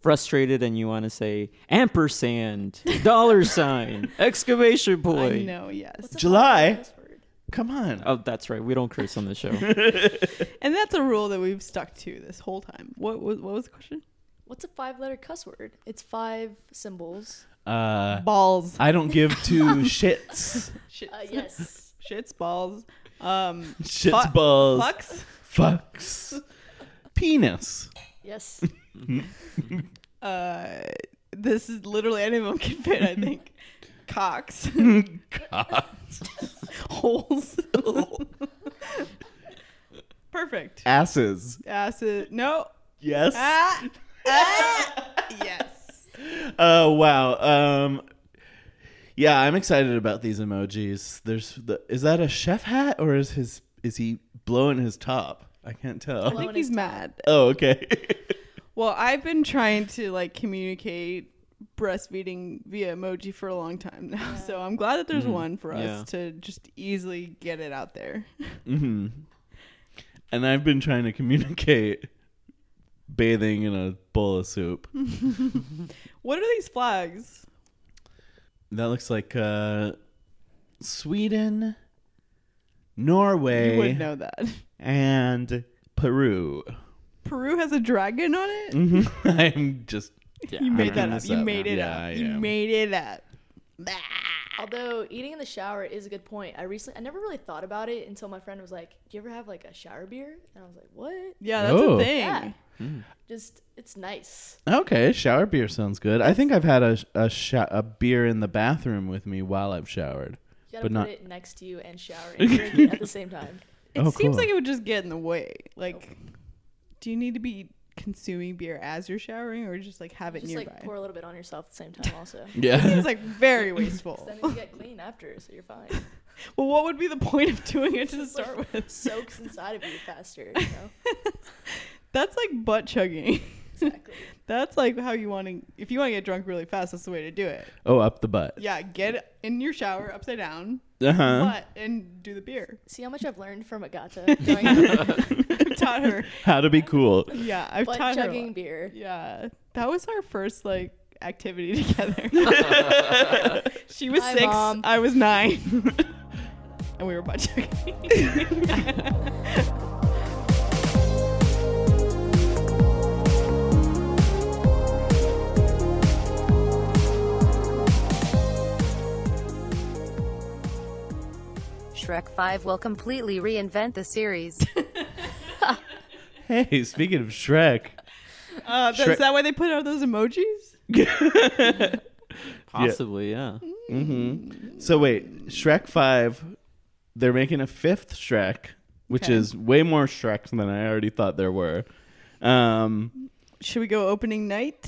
Speaker 3: frustrated and you want to say ampersand, dollar sign, exclamation
Speaker 4: I
Speaker 3: point.
Speaker 4: know. Yes.
Speaker 5: What's a
Speaker 2: July.
Speaker 5: fucking cuss word?
Speaker 2: Come on.
Speaker 3: Oh, that's right. We don't curse on the show.
Speaker 4: And that's a rule that we've stuck to this whole time. What was what was the question?
Speaker 5: What's a five letter cuss word? It's five symbols.
Speaker 2: Uh,
Speaker 4: Balls.
Speaker 2: I don't give two shits.
Speaker 4: Shit.
Speaker 5: Uh, yes.
Speaker 4: Shits balls. Um
Speaker 2: Shits
Speaker 4: Fu-
Speaker 2: balls.
Speaker 4: fucks.
Speaker 2: Fucks. Penis.
Speaker 5: yes.
Speaker 4: Uh this is literally any of them can fit, I think. Cocks. Holes. Perfect.
Speaker 2: Asses.
Speaker 4: Acid. No.
Speaker 2: Yes.
Speaker 4: Ah. Ah. yes.
Speaker 2: Oh wow. Um, yeah, I'm excited about these emojis. There's the is that a chef hat or is his is he blowing his top? I can't
Speaker 4: I
Speaker 2: tell.
Speaker 4: think he's mad.
Speaker 2: Oh okay.
Speaker 4: Well, I've been trying to like communicate breastfeeding via emoji for a long time now. So I'm glad that there's one for us
Speaker 3: Yeah.
Speaker 4: to just easily get it out there.
Speaker 2: hmm And I've been trying to communicate bathing in a bowl of soup.
Speaker 4: What are these flags?
Speaker 2: That looks like uh, Sweden, Norway,
Speaker 4: You would know that.
Speaker 2: and Peru.
Speaker 4: Peru has a dragon on it?
Speaker 2: Mhm. I'm just
Speaker 4: Mm-hmm. You made that
Speaker 2: making
Speaker 4: up.
Speaker 2: this
Speaker 4: You
Speaker 2: up
Speaker 4: made
Speaker 2: now.
Speaker 4: it
Speaker 2: Yeah, I
Speaker 4: up. You
Speaker 2: am.
Speaker 4: made it up.
Speaker 5: Although eating in the shower is a good point. I recently, I never really thought about it until my friend was like, "Do you ever have like a shower beer?" And I was like, "What?"
Speaker 4: Yeah, that's
Speaker 2: Oh.
Speaker 4: a thing.
Speaker 5: Yeah.
Speaker 4: Hmm.
Speaker 5: Just it's nice.
Speaker 2: Okay, shower beer sounds good. I think I've had a a, sho- a beer in the bathroom with me while I've showered.
Speaker 5: You gotta
Speaker 2: But
Speaker 5: put
Speaker 2: not-
Speaker 5: it next to you and shower and drink it at the same time.
Speaker 4: It
Speaker 2: Oh,
Speaker 4: seems
Speaker 2: cool.
Speaker 4: like it would just get in the way. Like do you need to be consuming beer as you're showering or just like have it
Speaker 5: Just
Speaker 4: nearby?
Speaker 5: like pour a little bit on yourself at the same time also.
Speaker 2: Yeah.
Speaker 4: it's like very wasteful.
Speaker 5: then you get clean after, so you're fine.
Speaker 4: Well, what would be the point of doing it to
Speaker 5: Just, like,
Speaker 4: start with?
Speaker 5: Soaks inside of you faster, you know?
Speaker 4: That's like butt chugging.
Speaker 5: Exactly.
Speaker 4: That's like how you want to. If you want to get drunk really fast, that's the way to do it.
Speaker 2: oh, up the butt.
Speaker 4: Yeah, get in your shower upside down,
Speaker 2: Uh huh.
Speaker 4: butt, and do the beer.
Speaker 5: See how much I've learned from Agata growing up?
Speaker 4: I've taught her.
Speaker 2: How to be cool.
Speaker 4: Yeah, I've
Speaker 5: Butt
Speaker 4: taught her. a
Speaker 5: chugging
Speaker 4: lot.
Speaker 5: beer.
Speaker 4: Yeah, that was our first like activity together. she was
Speaker 5: Hi,
Speaker 4: six,
Speaker 5: Mom.
Speaker 4: I was nine, and we were butt chugging.
Speaker 6: Trek 5 will completely reinvent the series.
Speaker 2: Hey, speaking of Shrek,
Speaker 4: Uh, th-
Speaker 2: Shrek-
Speaker 4: is that why they put out those emojis?
Speaker 3: Possibly, yeah.
Speaker 4: Mm-hmm.
Speaker 2: so wait, Shrek Five, they're making a fifth Shrek, which
Speaker 4: Okay.
Speaker 2: is way more Shreks than I already thought there were. Um,
Speaker 4: Should we go opening night?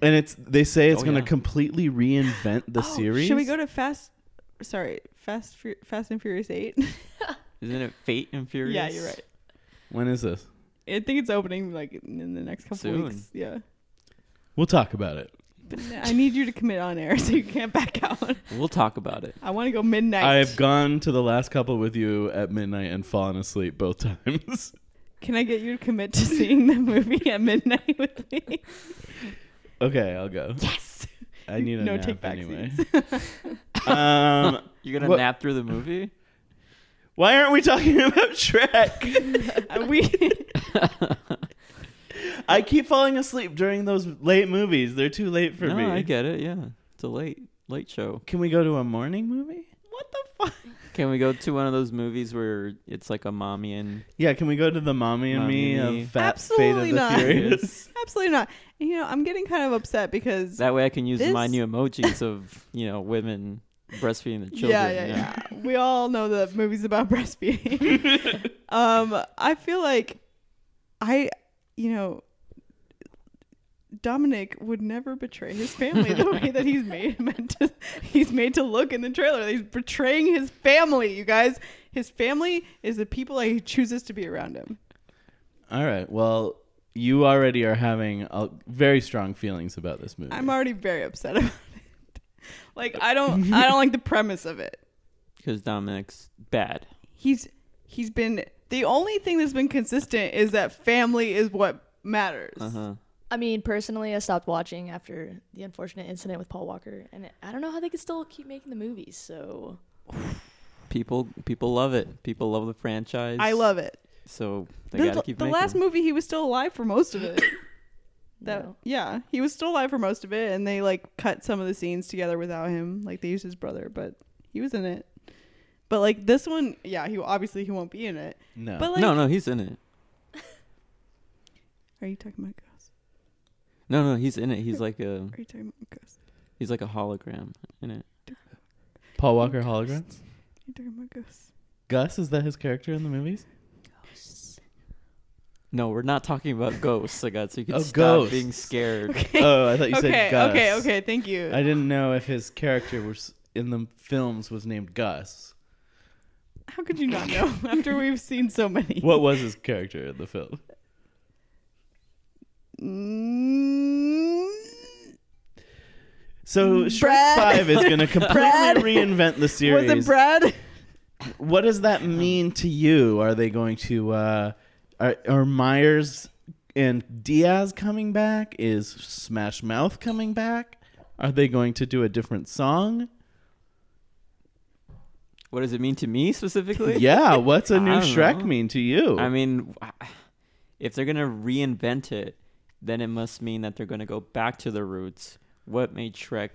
Speaker 2: and it's they say it's
Speaker 3: Oh,
Speaker 2: going to
Speaker 3: yeah.
Speaker 2: completely reinvent the series.
Speaker 4: Oh, Should we go to Fast? Sorry, Fast Fu- Fast and Furious Eight.
Speaker 3: Isn't it Fate and Furious?
Speaker 4: yeah, you're right.
Speaker 2: When is this?
Speaker 4: I think it's opening like in the next couple
Speaker 3: Soon.
Speaker 4: weeks. Yeah,
Speaker 2: We'll talk about it.
Speaker 4: but n- I need you to commit on air so you can't back out.
Speaker 3: We'll talk about it.
Speaker 4: I want to go midnight.
Speaker 2: I've gone to the last couple with you at midnight and fallen asleep both times.
Speaker 4: Can I get you to commit to seeing the movie at midnight with me?
Speaker 2: okay, I'll go.
Speaker 4: Yes.
Speaker 2: I need a
Speaker 4: no
Speaker 2: nap
Speaker 4: take back
Speaker 2: anyway.
Speaker 4: scenes.
Speaker 2: um,
Speaker 3: You're gonna
Speaker 2: What-
Speaker 3: nap through the movie?
Speaker 2: why aren't we talking about Shrek?
Speaker 4: Uh, we
Speaker 2: I keep falling asleep during those late movies. They're too late for
Speaker 3: no,
Speaker 2: me.
Speaker 3: I get it. Yeah, it's a late late show.
Speaker 2: Can we go to a morning movie?
Speaker 4: what the fuck?
Speaker 3: Can we go to one of those movies where it's like a mommy and
Speaker 2: Yeah, can we go to the Mommy and
Speaker 3: Mommy
Speaker 2: Me
Speaker 3: and Me.
Speaker 2: of Fat Fate of
Speaker 4: Absolutely
Speaker 2: the
Speaker 4: not.
Speaker 2: Furious?
Speaker 4: Absolutely not. And, you know, I'm getting kind of upset because
Speaker 3: that way I can use my
Speaker 4: This-
Speaker 3: new emojis of you know women breastfeeding their children.
Speaker 4: yeah, yeah, yeah, we all know the movies about breastfeeding. um, I feel like I, you know, Dominic would never betray his family the way that he's made meant to. He's made to look in the trailer. He's betraying his family. You guys, his family is the people that he chooses to be around him.
Speaker 2: All right. Well, you already are having uh very strong feelings about this movie.
Speaker 4: I'm already very upset about it. Like I don't, I don't like the premise of it.
Speaker 3: Because Dominic's bad.
Speaker 4: he's he's been the only thing that's been consistent is that family is what matters.
Speaker 3: Uh huh.
Speaker 5: I mean, personally, I stopped watching after the unfortunate incident with Paul Walker, and I don't know how they could still keep making the movies. So
Speaker 3: People people love it. People love the franchise.
Speaker 4: I love it.
Speaker 3: So they
Speaker 4: The,
Speaker 3: gotta keep
Speaker 4: the
Speaker 3: making.
Speaker 4: last
Speaker 3: them.
Speaker 4: movie, he was still alive for most of it. That,
Speaker 5: No.
Speaker 4: Yeah, he was still alive for most of it, and they like cut some of the scenes together without him. Like they used his brother, but he was in it. But like this one, yeah, he obviously he won't be in it.
Speaker 2: no.
Speaker 4: But like,
Speaker 3: no, no, he's in it.
Speaker 4: are you talking about ghosts?
Speaker 3: No, no, he's in it. He's like a
Speaker 4: Are you talking about ghosts?
Speaker 3: he's like a hologram in it.
Speaker 2: Paul Walker hologram.
Speaker 4: Are you talking about ghosts?
Speaker 2: Gus is that his character in the movies?
Speaker 3: No, we're not talking about ghosts. I got so you can
Speaker 2: Oh,
Speaker 3: stop
Speaker 2: ghosts.
Speaker 3: being scared.
Speaker 2: Oh, I thought you
Speaker 4: okay,
Speaker 2: said Gus.
Speaker 4: okay, okay. Thank you.
Speaker 2: I didn't know if his character was in the films was named Gus.
Speaker 4: How could you not know after we've seen so many?
Speaker 2: What was his character in the film?
Speaker 4: Mm,
Speaker 2: So Shrek
Speaker 4: Brad.
Speaker 2: Five is going to completely
Speaker 4: Brad.
Speaker 2: reinvent the
Speaker 4: was
Speaker 2: series.
Speaker 4: it Brad?
Speaker 2: what does that
Speaker 4: Um,
Speaker 2: mean to you? Are they going to? Uh, are, are Myers and Diaz coming back? Is Smash Mouth coming back? Are they going to do a different song?
Speaker 3: What does it mean to me specifically?
Speaker 2: Yeah, what's a
Speaker 3: I
Speaker 2: new
Speaker 3: don't
Speaker 2: Shrek
Speaker 3: know.
Speaker 2: mean to you?
Speaker 3: I mean, if they're gonna reinvent it, then it must mean that they're gonna go back to the roots. What made Shrek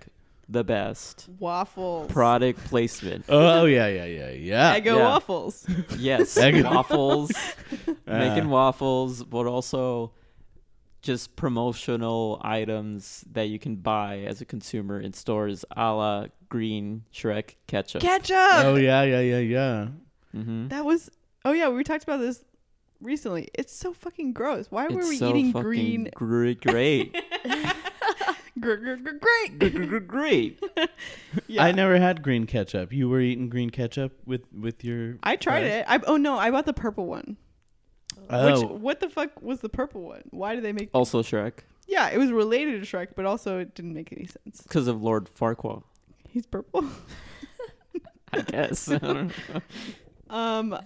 Speaker 3: the best?
Speaker 4: Waffles.
Speaker 3: Product placement.
Speaker 2: oh yeah, yeah, yeah, yeah.
Speaker 4: Eggo
Speaker 3: yeah.
Speaker 4: waffles.
Speaker 3: Yes,
Speaker 2: Egg-
Speaker 3: waffles,
Speaker 2: Yeah.
Speaker 3: making waffles, but also just promotional items that you can buy as a consumer in stores, a la green Shrek ketchup.
Speaker 4: Ketchup.
Speaker 2: Oh yeah, yeah, yeah, yeah.
Speaker 3: mm-hmm.
Speaker 4: That was. Oh yeah, we talked about this recently. It's so fucking gross. Why were
Speaker 3: It's
Speaker 4: we
Speaker 3: so
Speaker 4: eating
Speaker 3: fucking
Speaker 4: green?
Speaker 3: gr- great.
Speaker 4: Gr- gr- gr- great.
Speaker 3: Gr- gr- gr- great.
Speaker 4: Yeah.
Speaker 2: I never had green ketchup. You were eating green ketchup with with your.
Speaker 4: I tried it. I, oh no, I bought the purple one.
Speaker 2: Oh,
Speaker 4: Which what the fuck was the purple one? Why did they make?
Speaker 3: Also Shrek,
Speaker 4: Yeah, it was related to Shrek, but also it didn't make any sense.
Speaker 3: because of Lord Farquaad.
Speaker 4: He's purple.
Speaker 3: I guess. I don't know.
Speaker 4: Um,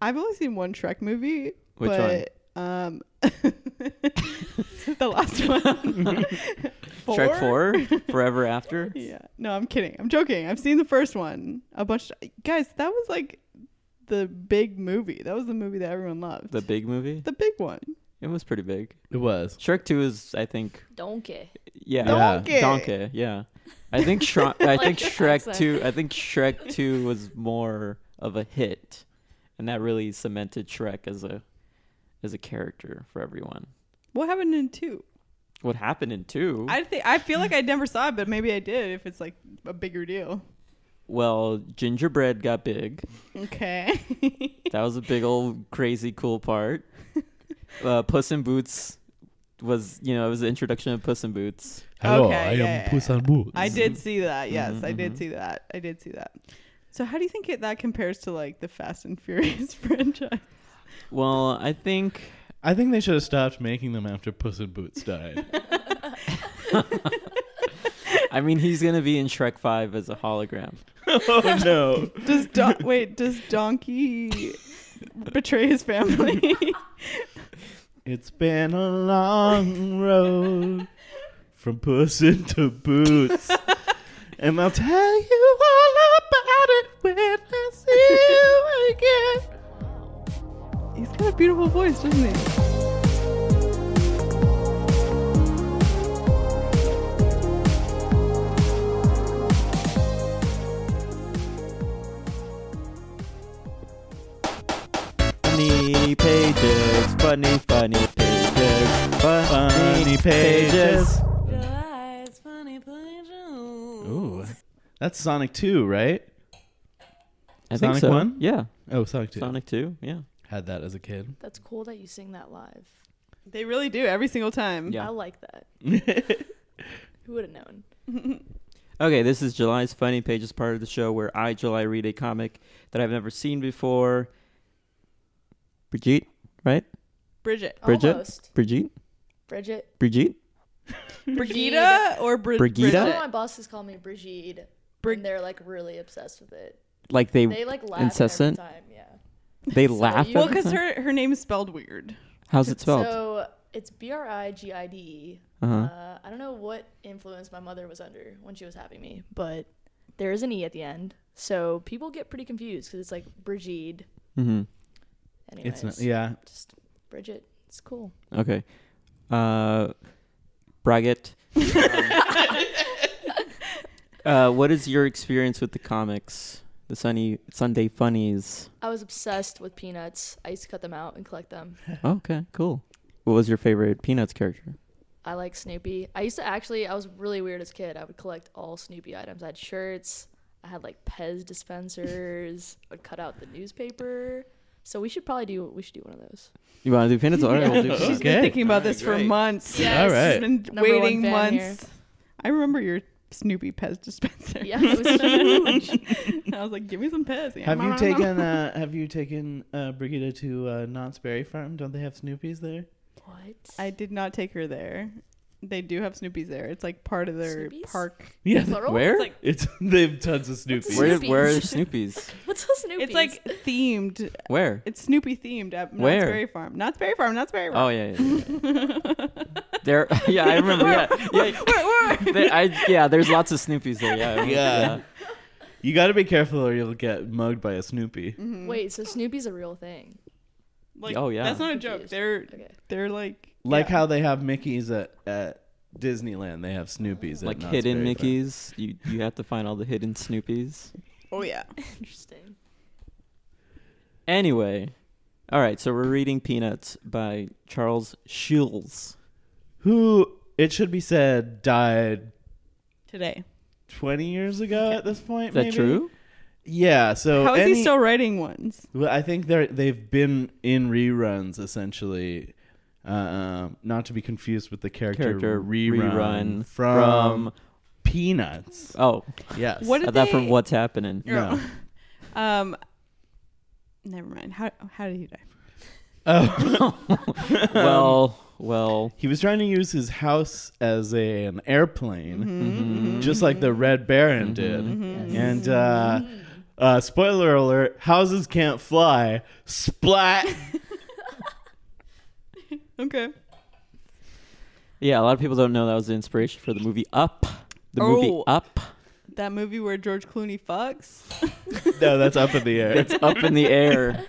Speaker 4: I've only seen one Shrek movie.
Speaker 3: Which
Speaker 4: but, Um, the last one.
Speaker 3: Shrek 4? Forever After?
Speaker 4: Yeah. No, I'm kidding. I'm joking. I've seen the first one a bunch. guys, that was like the big movie. That was the movie that everyone loved.
Speaker 3: The big movie?
Speaker 4: the big one.
Speaker 3: It was pretty big.
Speaker 2: it was.
Speaker 3: Shrek 2 is, I think,
Speaker 5: don't care.
Speaker 3: yeah.
Speaker 4: Donkey.
Speaker 3: Donkey, yeah. I think Shrek, I
Speaker 5: Like
Speaker 3: think
Speaker 5: your
Speaker 3: Shrek
Speaker 5: accent.
Speaker 3: 2, I think Shrek 2 was more of a hit, and that really cemented Shrek as a as a character for everyone.
Speaker 4: What happened in two?
Speaker 3: What happened in two?
Speaker 4: I think I feel like I never saw it, but maybe I did. If it's like a bigger deal.
Speaker 3: well, Gingerbread got big.
Speaker 4: Okay.
Speaker 3: That was a big old crazy cool part. Uh, Puss in Boots was you know it was the introduction of Puss in Boots.
Speaker 4: Hello,
Speaker 2: Oh,
Speaker 4: Okay, I am yeah, yeah, Puss yeah.
Speaker 2: on Boots.
Speaker 4: I did see that. Yes,
Speaker 2: Mm-hmm,
Speaker 4: I did see that. I did see that. So how do you think it, that compares to like the Fast and Furious franchise?
Speaker 3: Well, I think
Speaker 2: I think they should have stopped making them after Puss in Boots died.
Speaker 3: I mean he's gonna be in Shrek Five as a hologram.
Speaker 2: oh no!
Speaker 4: Does Don- wait? Does Donkey betray his family?
Speaker 2: It's been a long road from Puss into Boots, and I'll tell you all about it when I see you again.
Speaker 4: He's got a beautiful voice, doesn't he?
Speaker 3: Funny pages, funny funny pages,
Speaker 2: Funny pages. Ooh, that's Sonic Two, right?
Speaker 3: I think
Speaker 2: Sonic
Speaker 3: so.
Speaker 2: one?
Speaker 3: Yeah,
Speaker 2: Oh, Sonic Two.
Speaker 3: Sonic Two. Yeah.
Speaker 2: Had that as a kid.
Speaker 5: That's cool that you sing that live.
Speaker 4: They really do every single time.
Speaker 3: Yeah.
Speaker 5: I like that. Who would have known?
Speaker 3: Okay, this is July's Funny Pages part of the show where I, July, read a comic that I've never seen before. Brigitte, right?
Speaker 4: Bridget.
Speaker 3: Bridget?
Speaker 5: Almost.
Speaker 3: Brigitte?
Speaker 5: Bridget.
Speaker 3: Brigitte?
Speaker 4: Brigida or Bri-
Speaker 3: Brigida?
Speaker 5: Some of
Speaker 4: Bridget?
Speaker 5: my bosses call me Brigitte.
Speaker 4: Bri-
Speaker 5: and they're like really obsessed with it.
Speaker 3: Like they
Speaker 5: They
Speaker 3: they,
Speaker 5: like laugh
Speaker 3: Incessant?
Speaker 5: every time. Yeah.
Speaker 3: laugh
Speaker 5: you-
Speaker 3: at
Speaker 4: Well,
Speaker 3: every
Speaker 4: because
Speaker 3: time?
Speaker 4: her her name is spelled weird.
Speaker 3: How's it spelled?
Speaker 5: So it's B R I G I D.
Speaker 3: Uh-huh.
Speaker 5: Uh, I don't know what influence my mother was under when she was having me, but there is an E at the end. So people get pretty confused because it's like Brigitte.
Speaker 3: Mhm.
Speaker 2: It's
Speaker 5: Anyways,
Speaker 2: not, yeah.
Speaker 5: Just Bridget. It's cool.
Speaker 3: Okay. Uh Braggett. um, uh what is your experience with the comics? The Sunny Sunday Funnies.
Speaker 5: I was obsessed with peanuts. I used to cut them out and collect them.
Speaker 3: Oh, Okay, cool. What was your favorite Peanuts character?
Speaker 5: I like Snoopy. I used to actually, I was really weird as a kid. I would collect all Snoopy items. I had shirts. I had like Pez dispensers. I would cut out the newspaper. So we should probably do, we should do one of those.
Speaker 3: You want to do Peanuts? All right, we'll do
Speaker 4: She's
Speaker 3: Peanuts.
Speaker 2: Okay.
Speaker 4: been thinking about this for
Speaker 3: Great.
Speaker 4: months.
Speaker 5: Yes.
Speaker 2: All right.
Speaker 4: She's been
Speaker 5: Number
Speaker 4: waiting
Speaker 5: one fan
Speaker 4: months. I remember your Snoopy Pez dispenser.
Speaker 5: Yeah, it was huge.
Speaker 4: I was like, give me some Pez. Yeah.
Speaker 2: Have you taken uh, Have you taken uh, Brigida to uh, Knott's Berry Farm? Don't they have Snoopy's there?
Speaker 5: what?
Speaker 4: I did not take her there. They do have Snoopy's there. It's like part of their
Speaker 5: Snoopies?
Speaker 4: park.
Speaker 2: Yeah,
Speaker 5: Plural?
Speaker 3: Where?
Speaker 5: It's like,
Speaker 2: it's they have tons of Snoopy.
Speaker 5: What's
Speaker 3: Where,
Speaker 5: Snoopies.
Speaker 3: where are the Snoopies?
Speaker 5: what's a Snoopy?
Speaker 4: It's like themed.
Speaker 3: Where?
Speaker 4: It's Snoopy themed at Knott's
Speaker 3: Where?
Speaker 4: Berry Farm. Knott's Berry Farm. Knott's Berry
Speaker 3: Oh
Speaker 4: Farm.
Speaker 3: yeah, yeah, yeah. there. Yeah, I remember. Yeah, yeah. There- I, yeah, there's lots of Snoopies there. Yeah, I remember,
Speaker 2: Yeah. You got to be careful, or you'll get mugged by a Snoopy.
Speaker 5: Hmm. wait, so Snoopy's a real thing.
Speaker 4: Like,
Speaker 3: Oh, yeah.
Speaker 4: That's not a joke. They're
Speaker 5: Okay.
Speaker 4: they're like
Speaker 2: Like
Speaker 4: yeah.
Speaker 2: how they have Mickey's at, at Disneyland, they have Snoopy's.
Speaker 3: Like
Speaker 2: at Knott's
Speaker 3: hidden
Speaker 2: Berry Farm.
Speaker 3: Mickeys. You you have to find all the hidden Snoopies.
Speaker 4: Oh yeah.
Speaker 5: Interesting.
Speaker 3: Anyway, all right. So we're reading Peanuts by Charles Shields.
Speaker 2: Who it should be said died
Speaker 4: Today.
Speaker 2: twenty years ago at this point.
Speaker 3: Is that
Speaker 2: maybe?
Speaker 3: true?
Speaker 2: Yeah. So
Speaker 4: How is
Speaker 2: any,
Speaker 4: he still writing ones?
Speaker 2: Well, I think they're they've been in reruns essentially, uh, not to be confused with the character,
Speaker 3: Character
Speaker 2: rerun, from,
Speaker 3: rerun from-
Speaker 2: Peanuts.
Speaker 3: Oh,
Speaker 2: Yes.
Speaker 4: What
Speaker 3: I
Speaker 4: did
Speaker 3: thought
Speaker 4: they-
Speaker 3: from What's Happening.
Speaker 2: No.
Speaker 4: Um. Never mind. How how did he die?
Speaker 2: Oh,
Speaker 3: Well, well.
Speaker 2: he was trying to use his house as a, an airplane,
Speaker 4: Mm-hmm.
Speaker 2: just like the Red Baron did. And uh, uh, spoiler alert: houses can't fly. Splat.
Speaker 4: Okay.
Speaker 3: Yeah, a lot of people don't know that was the inspiration for the movie Up. The
Speaker 4: Oh.
Speaker 3: movie Up.
Speaker 4: That movie where George Clooney fucks.
Speaker 2: no, that's up in the air.
Speaker 3: It's up in the air.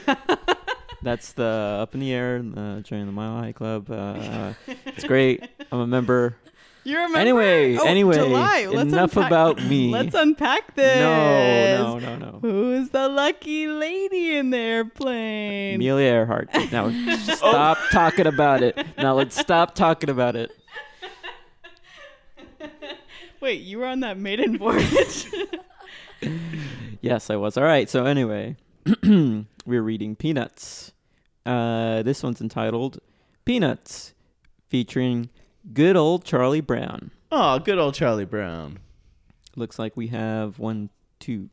Speaker 3: That's the up in the air uh, during the Mile High Club. Uh, it's great. I'm a member.
Speaker 4: You remember?
Speaker 3: Anyway,
Speaker 4: Oh,
Speaker 3: anyway,
Speaker 4: July. Let's
Speaker 3: enough
Speaker 4: unpack-
Speaker 3: about me.
Speaker 4: Let's unpack this.
Speaker 3: No, no, no, no.
Speaker 4: Who's the lucky lady in the airplane?
Speaker 3: Amelia Earhart. Now stop talking about it. Now let's stop talking about it.
Speaker 4: Wait, you were on that maiden voyage.
Speaker 3: Yes, I was. All right. So anyway, we're reading Peanuts. Uh, this one's entitled Peanuts, featuring good old Charlie Brown.
Speaker 2: Oh, good old Charlie Brown.
Speaker 3: Looks like we have one, two,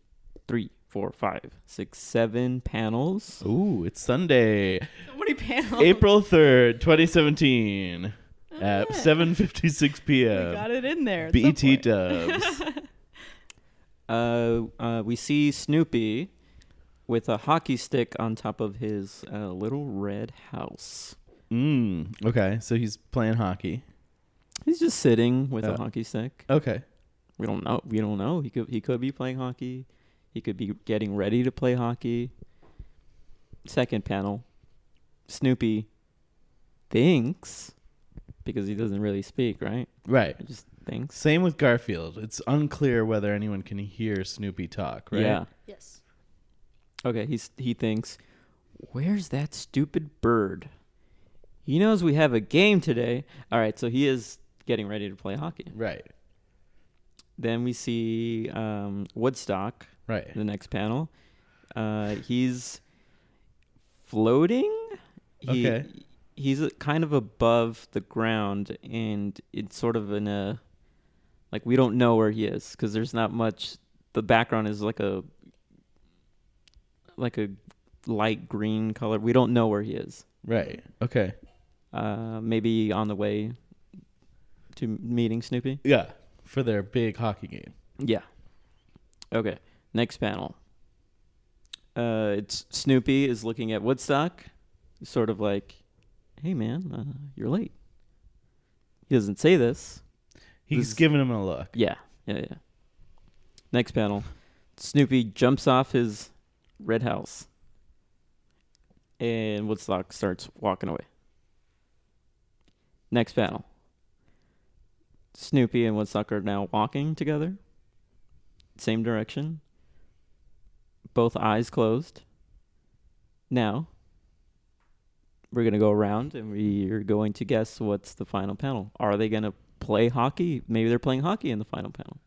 Speaker 3: three, four, five, six, seven panels.
Speaker 2: Ooh, it's Sunday,
Speaker 4: so many panels.
Speaker 2: April third, twenty seventeen, at
Speaker 4: Oh, yeah.
Speaker 2: seven fifty six
Speaker 4: We
Speaker 2: p.m.
Speaker 4: got it in there. at
Speaker 3: E
Speaker 4: some
Speaker 2: BT
Speaker 4: point.
Speaker 2: E Dubs.
Speaker 3: Uh, uh, we see Snoopy with a hockey stick on top of his uh, little red house.
Speaker 2: mm, okay, so he's playing hockey.
Speaker 3: He's just sitting with
Speaker 2: Uh,
Speaker 3: a hockey stick.
Speaker 2: Okay.
Speaker 3: We don't know. We don't know. He could he could be playing hockey. He could be getting ready to play hockey. Second panel. Snoopy thinks because he doesn't really speak, right?
Speaker 2: Right.
Speaker 3: He just thinks.
Speaker 2: Same with Garfield. It's unclear whether anyone can hear Snoopy talk, right?
Speaker 3: Yeah.
Speaker 5: Yes.
Speaker 3: Okay, he's he thinks, "Where's that stupid bird?" He knows we have a game today. All right, so he is getting ready to play hockey.
Speaker 2: Right.
Speaker 3: Then we see um, Woodstock,
Speaker 2: Right.
Speaker 3: the next panel. Uh, he's floating. He,
Speaker 2: Okay.
Speaker 3: He's uh, kind of above the ground, and it's sort of in a like we don't know where he is because there's not much. The background is like a like a light green color. We don't know where he is.
Speaker 2: Right. Okay.
Speaker 3: Uh, maybe on the way to meeting Snoopy.
Speaker 2: Yeah. For their big hockey game.
Speaker 3: Yeah. Okay. Next panel. Uh, it's Snoopy is looking at Woodstock, sort of like, "Hey man, uh, you're late." He doesn't say this.
Speaker 2: He's
Speaker 3: This-
Speaker 2: giving him a look.
Speaker 3: Yeah, yeah, yeah. Next panel, Snoopy jumps off his red house, and Woodstock starts walking away. Next panel, Snoopy and Woodstock are now walking together, same direction, both eyes closed. Now, we're gonna go around and we're going to guess what's the final panel. Are they gonna play hockey? Maybe they're playing hockey in the final panel.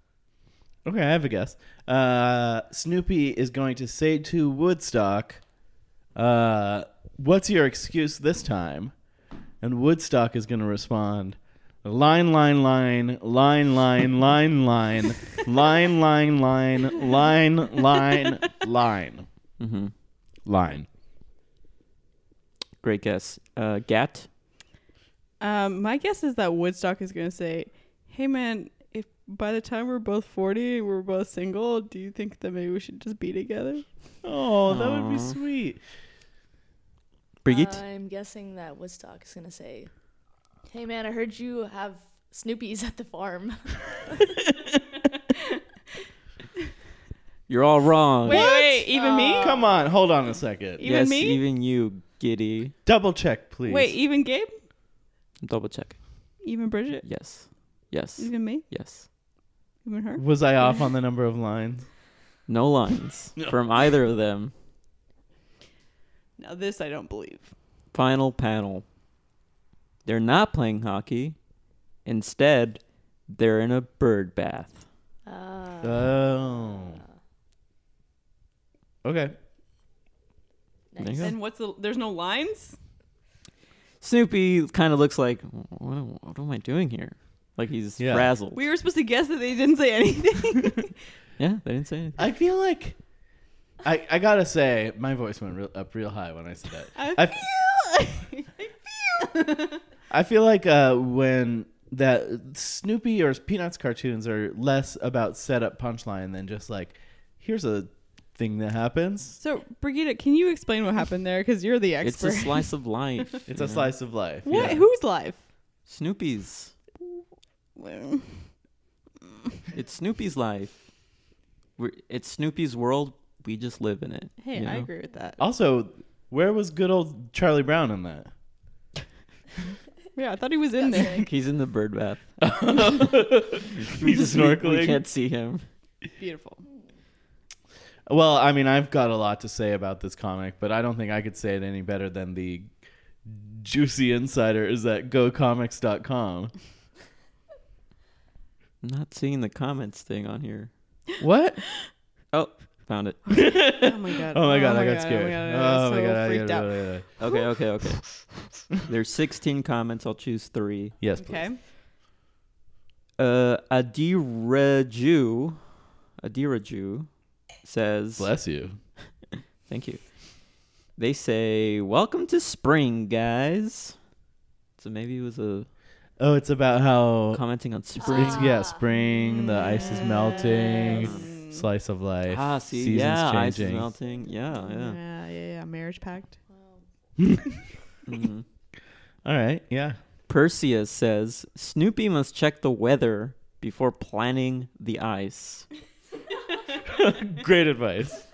Speaker 2: Okay, I have a guess. Uh, Snoopy is going to say to Woodstock, uh, "What's your excuse this time?" And Woodstock is going to respond, "Line, line, line, line, line, line, line, line, line, line, line, line, line,
Speaker 3: Mm-hmm.
Speaker 2: line."
Speaker 3: Great guess. Uh, Gat.
Speaker 4: Um, my guess is that Woodstock is going to say, "Hey, man, if by the time we're both forty, we're both single, do you think that maybe we should just be together?"
Speaker 2: Oh, that would be
Speaker 3: Aw.
Speaker 2: sweet.
Speaker 3: Brigitte.
Speaker 4: Uh,
Speaker 5: I'm guessing that Woodstock is gonna say, "Hey man, I heard you have Snoopy's at the farm."
Speaker 3: you're all wrong.
Speaker 4: Wait, wait, even me?
Speaker 3: Oh.
Speaker 2: Come on, hold on a second.
Speaker 4: Even
Speaker 3: yes,
Speaker 4: me?
Speaker 3: even you, Giddy.
Speaker 2: Double check, please.
Speaker 4: Wait, even Gabe?
Speaker 3: Double check.
Speaker 4: Even Bridget?
Speaker 3: Yes. Yes.
Speaker 4: Even me?
Speaker 3: Yes.
Speaker 4: Even her?
Speaker 2: was I off on the number of lines?
Speaker 3: No lines from either of them.
Speaker 4: Now this I don't believe.
Speaker 3: Final panel. They're not playing hockey. Instead, they're in a bird bath.
Speaker 5: Uh,
Speaker 2: Oh. Okay.
Speaker 3: There you go.
Speaker 4: And what's the? There's no lines.
Speaker 3: Snoopy kind of looks like, what, am- what am I doing here? Like he's
Speaker 2: Yeah.
Speaker 3: frazzled.
Speaker 4: We were supposed to guess that they didn't say anything.
Speaker 3: Yeah, they didn't say anything.
Speaker 2: I feel like I I gotta say my voice went real, up real high when I said that.
Speaker 4: I
Speaker 2: I, f-
Speaker 4: feel. I feel.
Speaker 2: I feel like uh, when that Snoopy or Peanuts cartoons are less about setup punchline than just like here's a thing that happens.
Speaker 4: so, Brigitte, can you explain what happened there? Because you're the
Speaker 3: It's
Speaker 4: expert.
Speaker 3: a slice of life.
Speaker 2: It's
Speaker 3: you know?
Speaker 2: a slice of life.
Speaker 4: What?
Speaker 2: yeah.
Speaker 4: Who's live?
Speaker 3: Snoopy's.
Speaker 4: Well,
Speaker 3: It's Snoopy's life. We're, it's Snoopy's world. We just live in it.
Speaker 4: Hey,
Speaker 3: you
Speaker 4: I
Speaker 3: know?
Speaker 4: agree with that.
Speaker 2: Also, where was good old Charlie Brown in that?
Speaker 4: Yeah, I thought he was in there.
Speaker 3: He's in the bird bath.
Speaker 2: He's
Speaker 3: We
Speaker 2: snorkeling.
Speaker 3: can't see him.
Speaker 4: Beautiful.
Speaker 2: Well, I mean, I've got a lot to say about this comic, but I don't think I could say it any better than the juicy insiders at gocomics.com.
Speaker 3: I'm not seeing the comments thing on here.
Speaker 2: What?
Speaker 3: Oh, found it.
Speaker 4: Oh my god.
Speaker 2: Oh my god, I got scared.
Speaker 4: Oh my god, I got so freaked out.
Speaker 2: out.
Speaker 3: Okay, okay, okay. There's 16 comments. I'll choose three.
Speaker 2: Yes, please.
Speaker 4: Okay.
Speaker 3: Uh, Adiraju, Adiraju says,
Speaker 2: Bless you.
Speaker 3: "Thank you." They say, "Welcome to spring, guys." So maybe it was a
Speaker 2: Oh, it's about how
Speaker 3: commenting on spring.
Speaker 2: it's yeah, spring, the ice is melting, slice of life.
Speaker 3: Ah, see,
Speaker 2: seasons
Speaker 3: yeah, ice is
Speaker 2: changing.
Speaker 3: melting. Yeah, yeah.
Speaker 4: Yeah, yeah, yeah. Marriage pact.
Speaker 3: Mhm.
Speaker 2: All right, yeah.
Speaker 3: Perseus says Snoopy must check the weather before planning the ice.
Speaker 2: Great advice.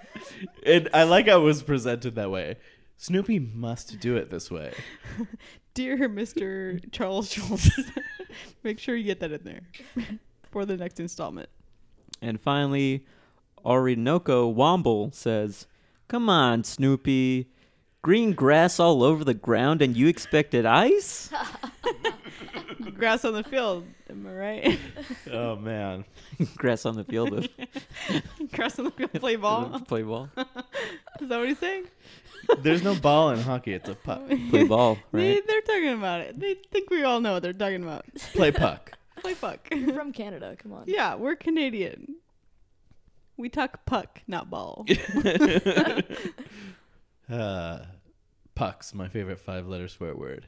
Speaker 2: And I like how it was presented that way. Snoopy must do it this way.
Speaker 4: Dear Mr. Charles Schultz, make sure you get that in there for the next installment.
Speaker 3: And finally, Orinoco Womble says, Come on, Snoopy. Green grass all over the ground, and you expected ice?
Speaker 4: Grass on the field, am I right?
Speaker 2: Oh man.
Speaker 3: grass on the field of
Speaker 4: Grass on the field, play ball.
Speaker 3: play ball.
Speaker 4: Is that what he's saying?
Speaker 2: There's no ball in hockey, it's a puck.
Speaker 3: Play ball,
Speaker 4: They,
Speaker 3: right?
Speaker 4: they're talking about it. They think we all know what they're talking about.
Speaker 2: Play puck.
Speaker 4: Play puck.
Speaker 5: From Canada, come on.
Speaker 4: yeah, we're Canadian. We talk puck, not ball.
Speaker 2: Uh, puck's my favorite five letter swear word.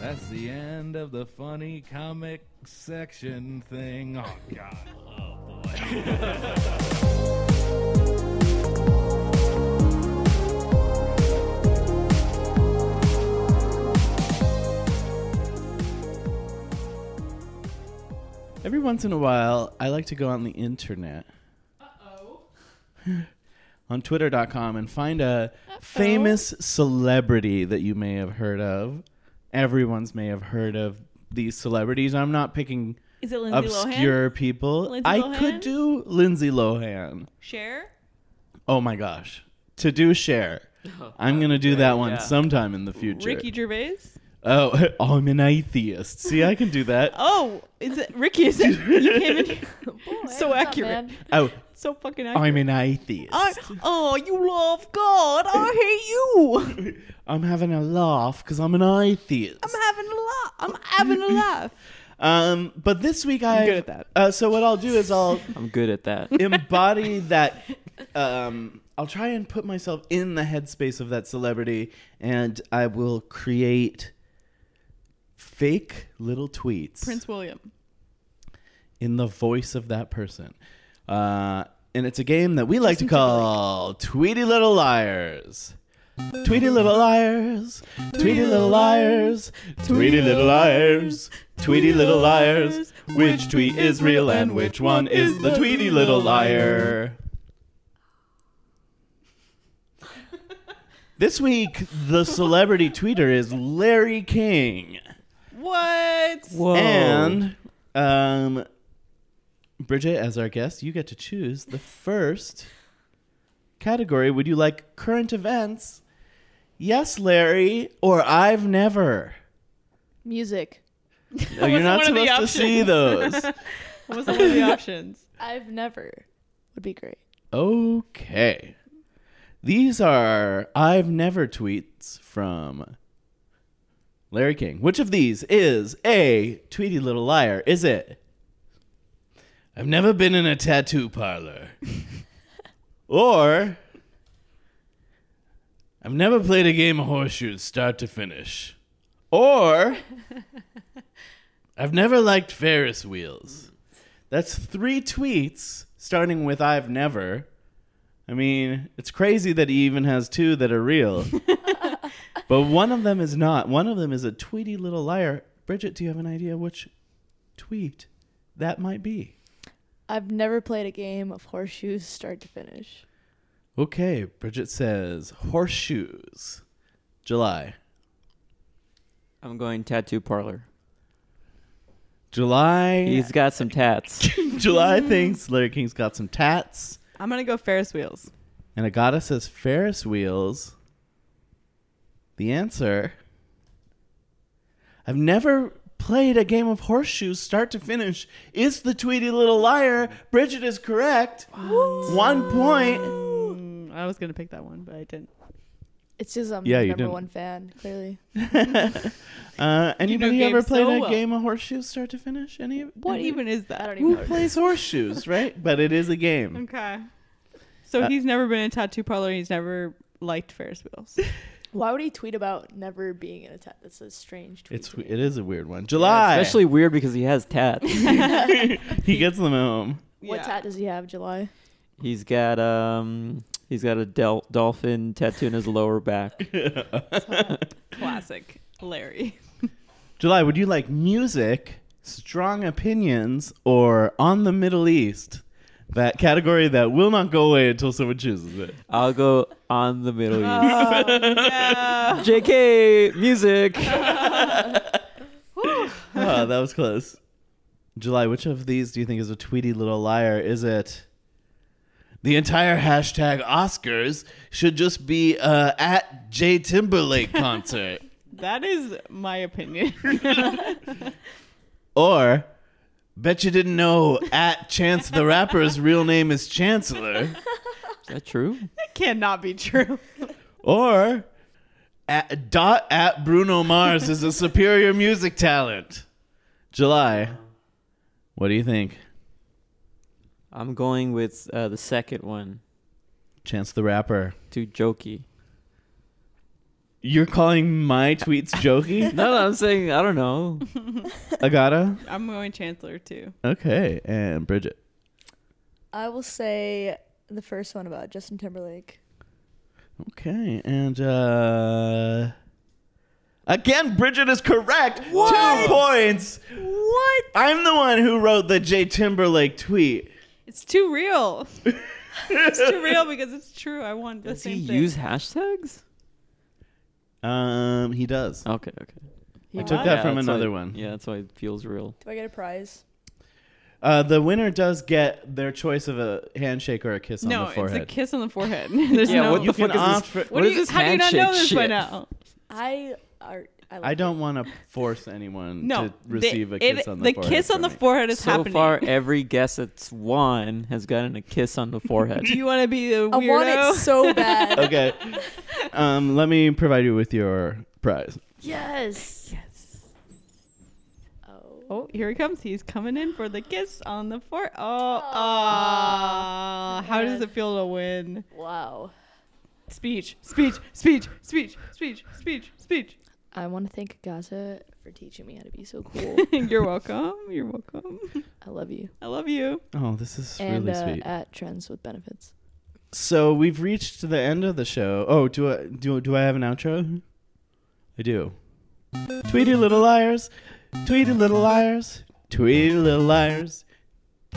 Speaker 2: That's the end of the funny comic section thing. Oh god. Oh boy. Every once in a while, I like to go on the internet. on twitter.com and find a famous celebrity that you may have heard of. Everyone's may have heard of these celebrities. I'm not picking
Speaker 4: Is it Lindsay
Speaker 2: obscure people.
Speaker 4: Lindsay
Speaker 2: I
Speaker 4: Lohan?
Speaker 2: could do Lindsay Lohan.
Speaker 4: Share?
Speaker 2: Oh my gosh. To do share. I'm going to do that one
Speaker 3: yeah.
Speaker 2: sometime in the future.
Speaker 4: Ricky Gervais?
Speaker 2: oh, oh, I'm an atheist. See, I can do that.
Speaker 4: Oh, is it Ricky? Is it? You came in here so
Speaker 5: what's up,
Speaker 4: accurate.
Speaker 5: man?
Speaker 2: Oh,
Speaker 4: so fucking accurate.
Speaker 2: I'm an atheist.
Speaker 4: I, oh, you love God. I hate you.
Speaker 2: I'm having a laugh because I'm an atheist.
Speaker 4: I'm having a laugh. I'm having a laugh.
Speaker 2: Um, but this week I
Speaker 4: good at that.
Speaker 2: Uh, so what I'll do is I'll
Speaker 3: I'm good at that.
Speaker 2: embody that. Um, I'll try and put myself in the headspace of that celebrity, and I will create fake little tweets
Speaker 4: Prince William.
Speaker 2: in the voice of that person. Uh, and it's a game that we like to call Tweety Little Liars. Tweety Little Liars, Tweety Little Liars, Tweety Little Liars, Tweety Little Liars. Which tweet is real and which one is the Tweety Little Liar? This week, the celebrity tweeter is Larry King.
Speaker 4: What?
Speaker 3: Whoa.
Speaker 2: And um, Bridget, as our guest, you get to choose the first category. Would you like current events? Yes, Larry, or I've never.
Speaker 5: Music.
Speaker 2: No, you're not
Speaker 4: one of the
Speaker 2: supposed to see those.
Speaker 4: What was one of the options?
Speaker 5: I've never would be great.
Speaker 2: okay. These are I've never tweets from Larry King. Which of these is a Tweety Little Liar? Is it? I've never been in a tattoo parlor. or I've never played a game of horseshoes start to finish. Or I've never liked Ferris wheels. That's three tweets starting with I've never. I mean, it's crazy that he even has two that are real. but one of them is not. One of them is a tweety little liar. Bridget, do you have an idea which tweet that might be?
Speaker 5: I've never played a game of horseshoes start to finish.
Speaker 2: Okay, Bridget says horseshoes. July.
Speaker 3: I'm going tattoo parlor.
Speaker 2: July.
Speaker 3: He's got some tats.
Speaker 2: July thinks Larry King's got some tats.
Speaker 4: I'm gonna go Ferris wheels.
Speaker 2: And Agata says Ferris wheels. The answer I've never played a game of horseshoes start to finish. It's the Tweety Little Liar. Bridget is correct. One point.
Speaker 4: Mm, I was gonna pick that one, but I didn't.
Speaker 5: It's just I'm
Speaker 2: Yeah, you
Speaker 5: number
Speaker 2: didn't.
Speaker 5: one fan, clearly.
Speaker 2: Uh, anybody
Speaker 4: game
Speaker 2: ever played
Speaker 4: so
Speaker 2: a
Speaker 4: well.
Speaker 2: game of horseshoes start to finish? Any
Speaker 4: What
Speaker 2: anybody?
Speaker 4: even is that?
Speaker 5: I don't even
Speaker 2: Who
Speaker 5: know.
Speaker 2: plays horseshoes, right? But it is a game.
Speaker 4: Okay. So
Speaker 2: Uh,
Speaker 4: he's never been in a tattoo parlor. He's never liked Ferris wheels.
Speaker 5: Why would he tweet about never being in a tat? That's a strange tweet.
Speaker 2: It's
Speaker 5: to me.
Speaker 2: it is a weird one. July.
Speaker 3: Especially weird because he has tats.
Speaker 2: he gets them home.
Speaker 5: What tat does he have, July?
Speaker 3: he's got um he's got a del- dolphin tattoo in his lower back.
Speaker 4: Classic Larry.
Speaker 2: July, would you like music, strong opinions, or on the Middle East? That category that will not go away until someone chooses it.
Speaker 3: I'll go on the Middle East.
Speaker 4: Oh,
Speaker 3: JK music.
Speaker 2: Oh, that was close. July, which of these do you think is a Tweety Little Liar? Is it the entire hashtag Oscars should just be uh, at J Timberlake concert?
Speaker 4: That is my opinion.
Speaker 2: or bet you didn't know at Chance the Rapper's real name is Chancellor?
Speaker 3: Is that true?
Speaker 4: Cannot be true.
Speaker 2: Or at, dot at Bruno Mars is a superior music talent. July. What do you think?
Speaker 3: I'm going with uh, the second one
Speaker 2: Chance the rapper.
Speaker 3: to jokey.
Speaker 2: You're calling my tweets jokey,
Speaker 3: No, no, I'm saying I don't know.
Speaker 2: Agata?
Speaker 4: I'm going Chancellor too.
Speaker 2: Okay, and Bridget.
Speaker 5: I will say the first one about Justin Timberlake.
Speaker 2: Okay, and uh Again, Bridget is correct. Two points.
Speaker 4: What?
Speaker 2: I'm the one who wrote the J Timberlake tweet.
Speaker 4: It's too real. it's too real because it's true. I want the
Speaker 3: Does he
Speaker 4: same thing.
Speaker 3: use hashtags?
Speaker 2: Um, he does.
Speaker 3: Okay, okay.
Speaker 2: I took that
Speaker 3: Yeah,
Speaker 2: from
Speaker 3: that's why-
Speaker 2: another one.
Speaker 3: Yeah, that's why it feels real.
Speaker 5: Do I get a prize?
Speaker 2: Uh, the winner does get their choice of a handshake or a kiss
Speaker 4: no,
Speaker 2: on the forehead.
Speaker 4: it's a kiss on the forehead. There's no.
Speaker 2: what the fuck is this-
Speaker 4: What
Speaker 3: do
Speaker 4: do you, how do you not know this by
Speaker 3: shit?
Speaker 4: now?
Speaker 5: I are. I, like
Speaker 2: I
Speaker 5: it.
Speaker 2: don't want to force anyone
Speaker 4: No,
Speaker 2: to receive
Speaker 4: the,
Speaker 2: a kiss
Speaker 4: it-
Speaker 2: on the,
Speaker 4: the
Speaker 2: forehead.
Speaker 4: kiss on
Speaker 2: from
Speaker 4: the
Speaker 2: me.
Speaker 4: forehead is
Speaker 3: So
Speaker 4: happening.
Speaker 3: far, every guess that's won has gotten a kiss on the forehead.
Speaker 4: do you want to be the
Speaker 5: I want it
Speaker 4: weirdo?
Speaker 5: so bad.
Speaker 2: Okay. Um, let me provide you with your prize.
Speaker 5: Yes. Yes. Oh.
Speaker 4: Oh, here he comes. He's coming in for the kiss on the forehead. Oh,
Speaker 5: Aw.
Speaker 4: ah. how does it feel to win?
Speaker 5: Wow.
Speaker 4: Speech, speech, speech, speech, speech, speech, speech.
Speaker 5: I want to thank Gaza for teaching me how to be so cool.
Speaker 4: You're welcome. You're welcome.
Speaker 5: I love you.
Speaker 4: I love you.
Speaker 2: Oh, this is
Speaker 5: and
Speaker 2: really
Speaker 5: uh,
Speaker 2: sweet.
Speaker 5: at Trends with Benefits.
Speaker 2: so we've reached the end of the show. Oh, do I do do I have an outro? I do. Tweety little liars, Tweety little liars, Tweety little liars,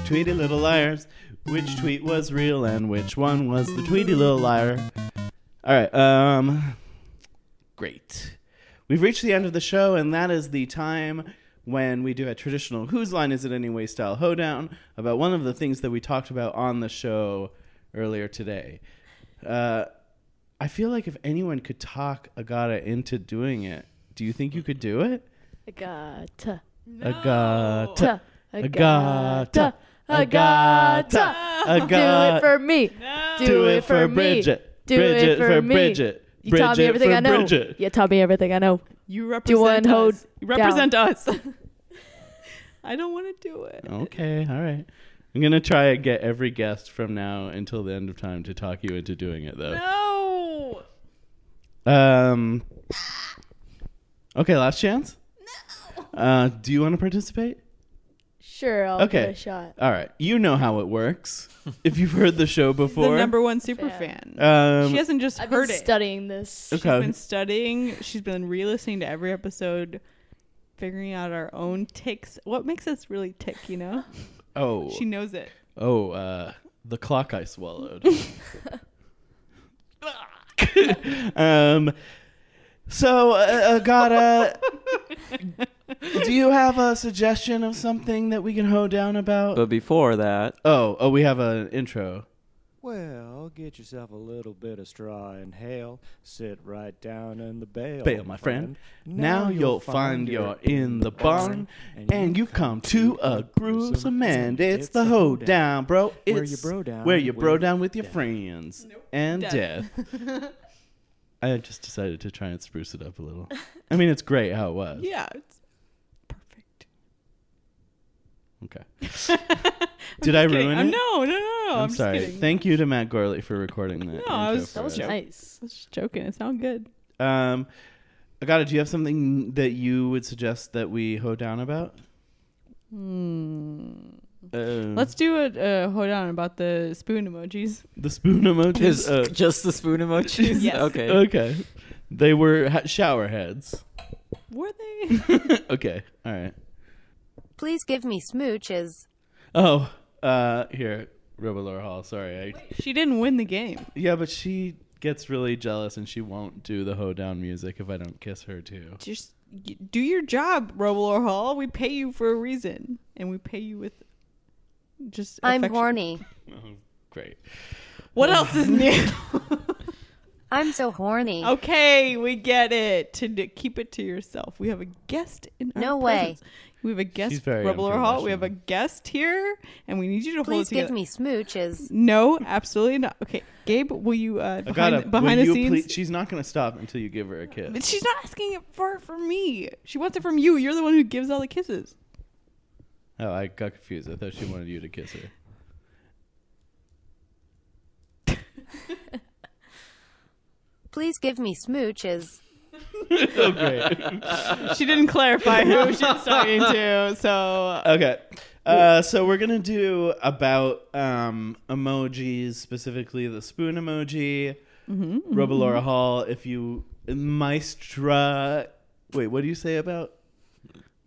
Speaker 2: Tweety little liars. Which tweet was real and which one was the Tweety little liar? All right. Um. Great. We've reached the end of the show, and that is the time when we do a traditional Whose Line Is It Anyway style hoedown about one of the things that we talked about on the show earlier today. Uh, I feel like if anyone could talk Agata into doing it, do you think you could do it?
Speaker 5: Agata.
Speaker 2: Agata.
Speaker 5: Ta. Agata. Agata. Do it
Speaker 2: Agata.
Speaker 5: for me. Do it for me.
Speaker 2: Bridget.
Speaker 5: Do
Speaker 2: Bridget
Speaker 5: it for me.
Speaker 2: Bridget.
Speaker 5: You
Speaker 2: Bridget
Speaker 5: taught me everything
Speaker 2: for
Speaker 5: I know.
Speaker 2: Bridget.
Speaker 5: You taught me everything I know.
Speaker 4: You
Speaker 5: one
Speaker 4: represent
Speaker 5: hold
Speaker 4: us. You represent us. I don't want to do it.
Speaker 2: Okay, all right. I'm gonna try and get every guest from now until the end of time to talk you into doing it, though.
Speaker 4: No.
Speaker 2: Um. Okay, last chance. No. Uh, do you want to participate?
Speaker 5: Sure, I'll
Speaker 2: Okay.
Speaker 5: give it a shot.
Speaker 2: All right. You know how it works. if you've heard the show before,
Speaker 4: The number one super
Speaker 5: Fan.
Speaker 4: fan.
Speaker 2: um, Uh,
Speaker 4: she hasn't just
Speaker 5: I've
Speaker 4: heard
Speaker 5: been
Speaker 4: it.
Speaker 5: studying this.
Speaker 4: She's been studying. She's been re-listening to every episode, figuring out our own ticks. What makes us really tick, you know?
Speaker 2: Oh,
Speaker 4: She knows it.
Speaker 2: oh, uh, the clock I swallowed. um, so uh, Agata, do you have a suggestion of something that we can hoe down about?
Speaker 3: But before that,
Speaker 2: oh, oh, we have an intro.
Speaker 8: Well, get yourself a little bit of straw and hail. Sit right down in the bale,
Speaker 2: Bail, my friend. Now you'll find you're in the barn, and you've come to a groove cement. It's the hoedown, bro.
Speaker 8: Where
Speaker 2: It's
Speaker 8: you bro down
Speaker 2: Where you bro
Speaker 8: with
Speaker 2: down with your friends and death.
Speaker 4: Death.
Speaker 2: I just decided to try and spruce it up a little. I mean, it's great how it was.
Speaker 4: Yeah, it's perfect.
Speaker 2: Okay. Did I
Speaker 4: Kidding.
Speaker 2: ruin
Speaker 4: I'm-
Speaker 2: it?
Speaker 4: No, no, no, no.
Speaker 2: I'm,
Speaker 4: I'm,
Speaker 2: sorry.
Speaker 4: Just kidding.
Speaker 2: Thank you to Matt Gorley for recording that. intro
Speaker 4: I was-
Speaker 2: for
Speaker 4: that was
Speaker 2: us.
Speaker 4: joking.
Speaker 5: Nice.
Speaker 4: I was just joking. It sounded good.
Speaker 2: Um, Agata, do you have something that you would suggest that we hoe down about? Hmm. Um,
Speaker 4: Let's do a uh, hold on about the spoon emojis.
Speaker 2: the spoon emoji.
Speaker 3: just,
Speaker 2: Uh,
Speaker 3: just the spoon emojis.
Speaker 4: Yes. Uh,
Speaker 3: Okay.
Speaker 2: okay, they were ha- shower heads.
Speaker 4: Were they?
Speaker 2: okay, all right.
Speaker 6: Please give me smooches.
Speaker 2: Oh, uh, here, Robolore Hall. Sorry, I,
Speaker 4: she didn't win the game.
Speaker 2: yeah, but she gets really jealous and she won't do the hoedown music if I don't kiss her too.
Speaker 4: Just y- do your job, Roble or Hall. We pay you for a reason, and we pay you with just.
Speaker 6: I'm
Speaker 4: affection.
Speaker 6: horny.
Speaker 2: Oh, great.
Speaker 4: What else is new?
Speaker 6: I'm so horny.
Speaker 4: okay, we get it. To d- keep it to yourself. We have a guest in our
Speaker 6: No way.
Speaker 4: presence. We have a
Speaker 2: She's
Speaker 4: guest,
Speaker 2: very
Speaker 4: Roble or Hall. We have a
Speaker 2: unprofessional.
Speaker 4: guest here, and we need you to hold
Speaker 6: Please
Speaker 4: it together.
Speaker 6: give me smooches.
Speaker 4: No, absolutely not. Okay, Gabe, will you uh, behind,
Speaker 2: Agata,
Speaker 4: behind
Speaker 2: will
Speaker 4: the
Speaker 2: you
Speaker 4: scenes?
Speaker 2: please- she's not going to stop until you give her a kiss.
Speaker 4: But She's not asking it for from me. She wants it from you. You're the one who gives all the kisses.
Speaker 2: Oh, I got confused. I thought she wanted you to kiss her.
Speaker 6: Please give me smooches.
Speaker 2: Oh, great.
Speaker 4: She didn't clarify who she was talking to. So
Speaker 2: okay. Uh, so we're gonna do about um, emojis, specifically the spoon emoji. Robolora Hall, if you maestra. Wait, what do you say about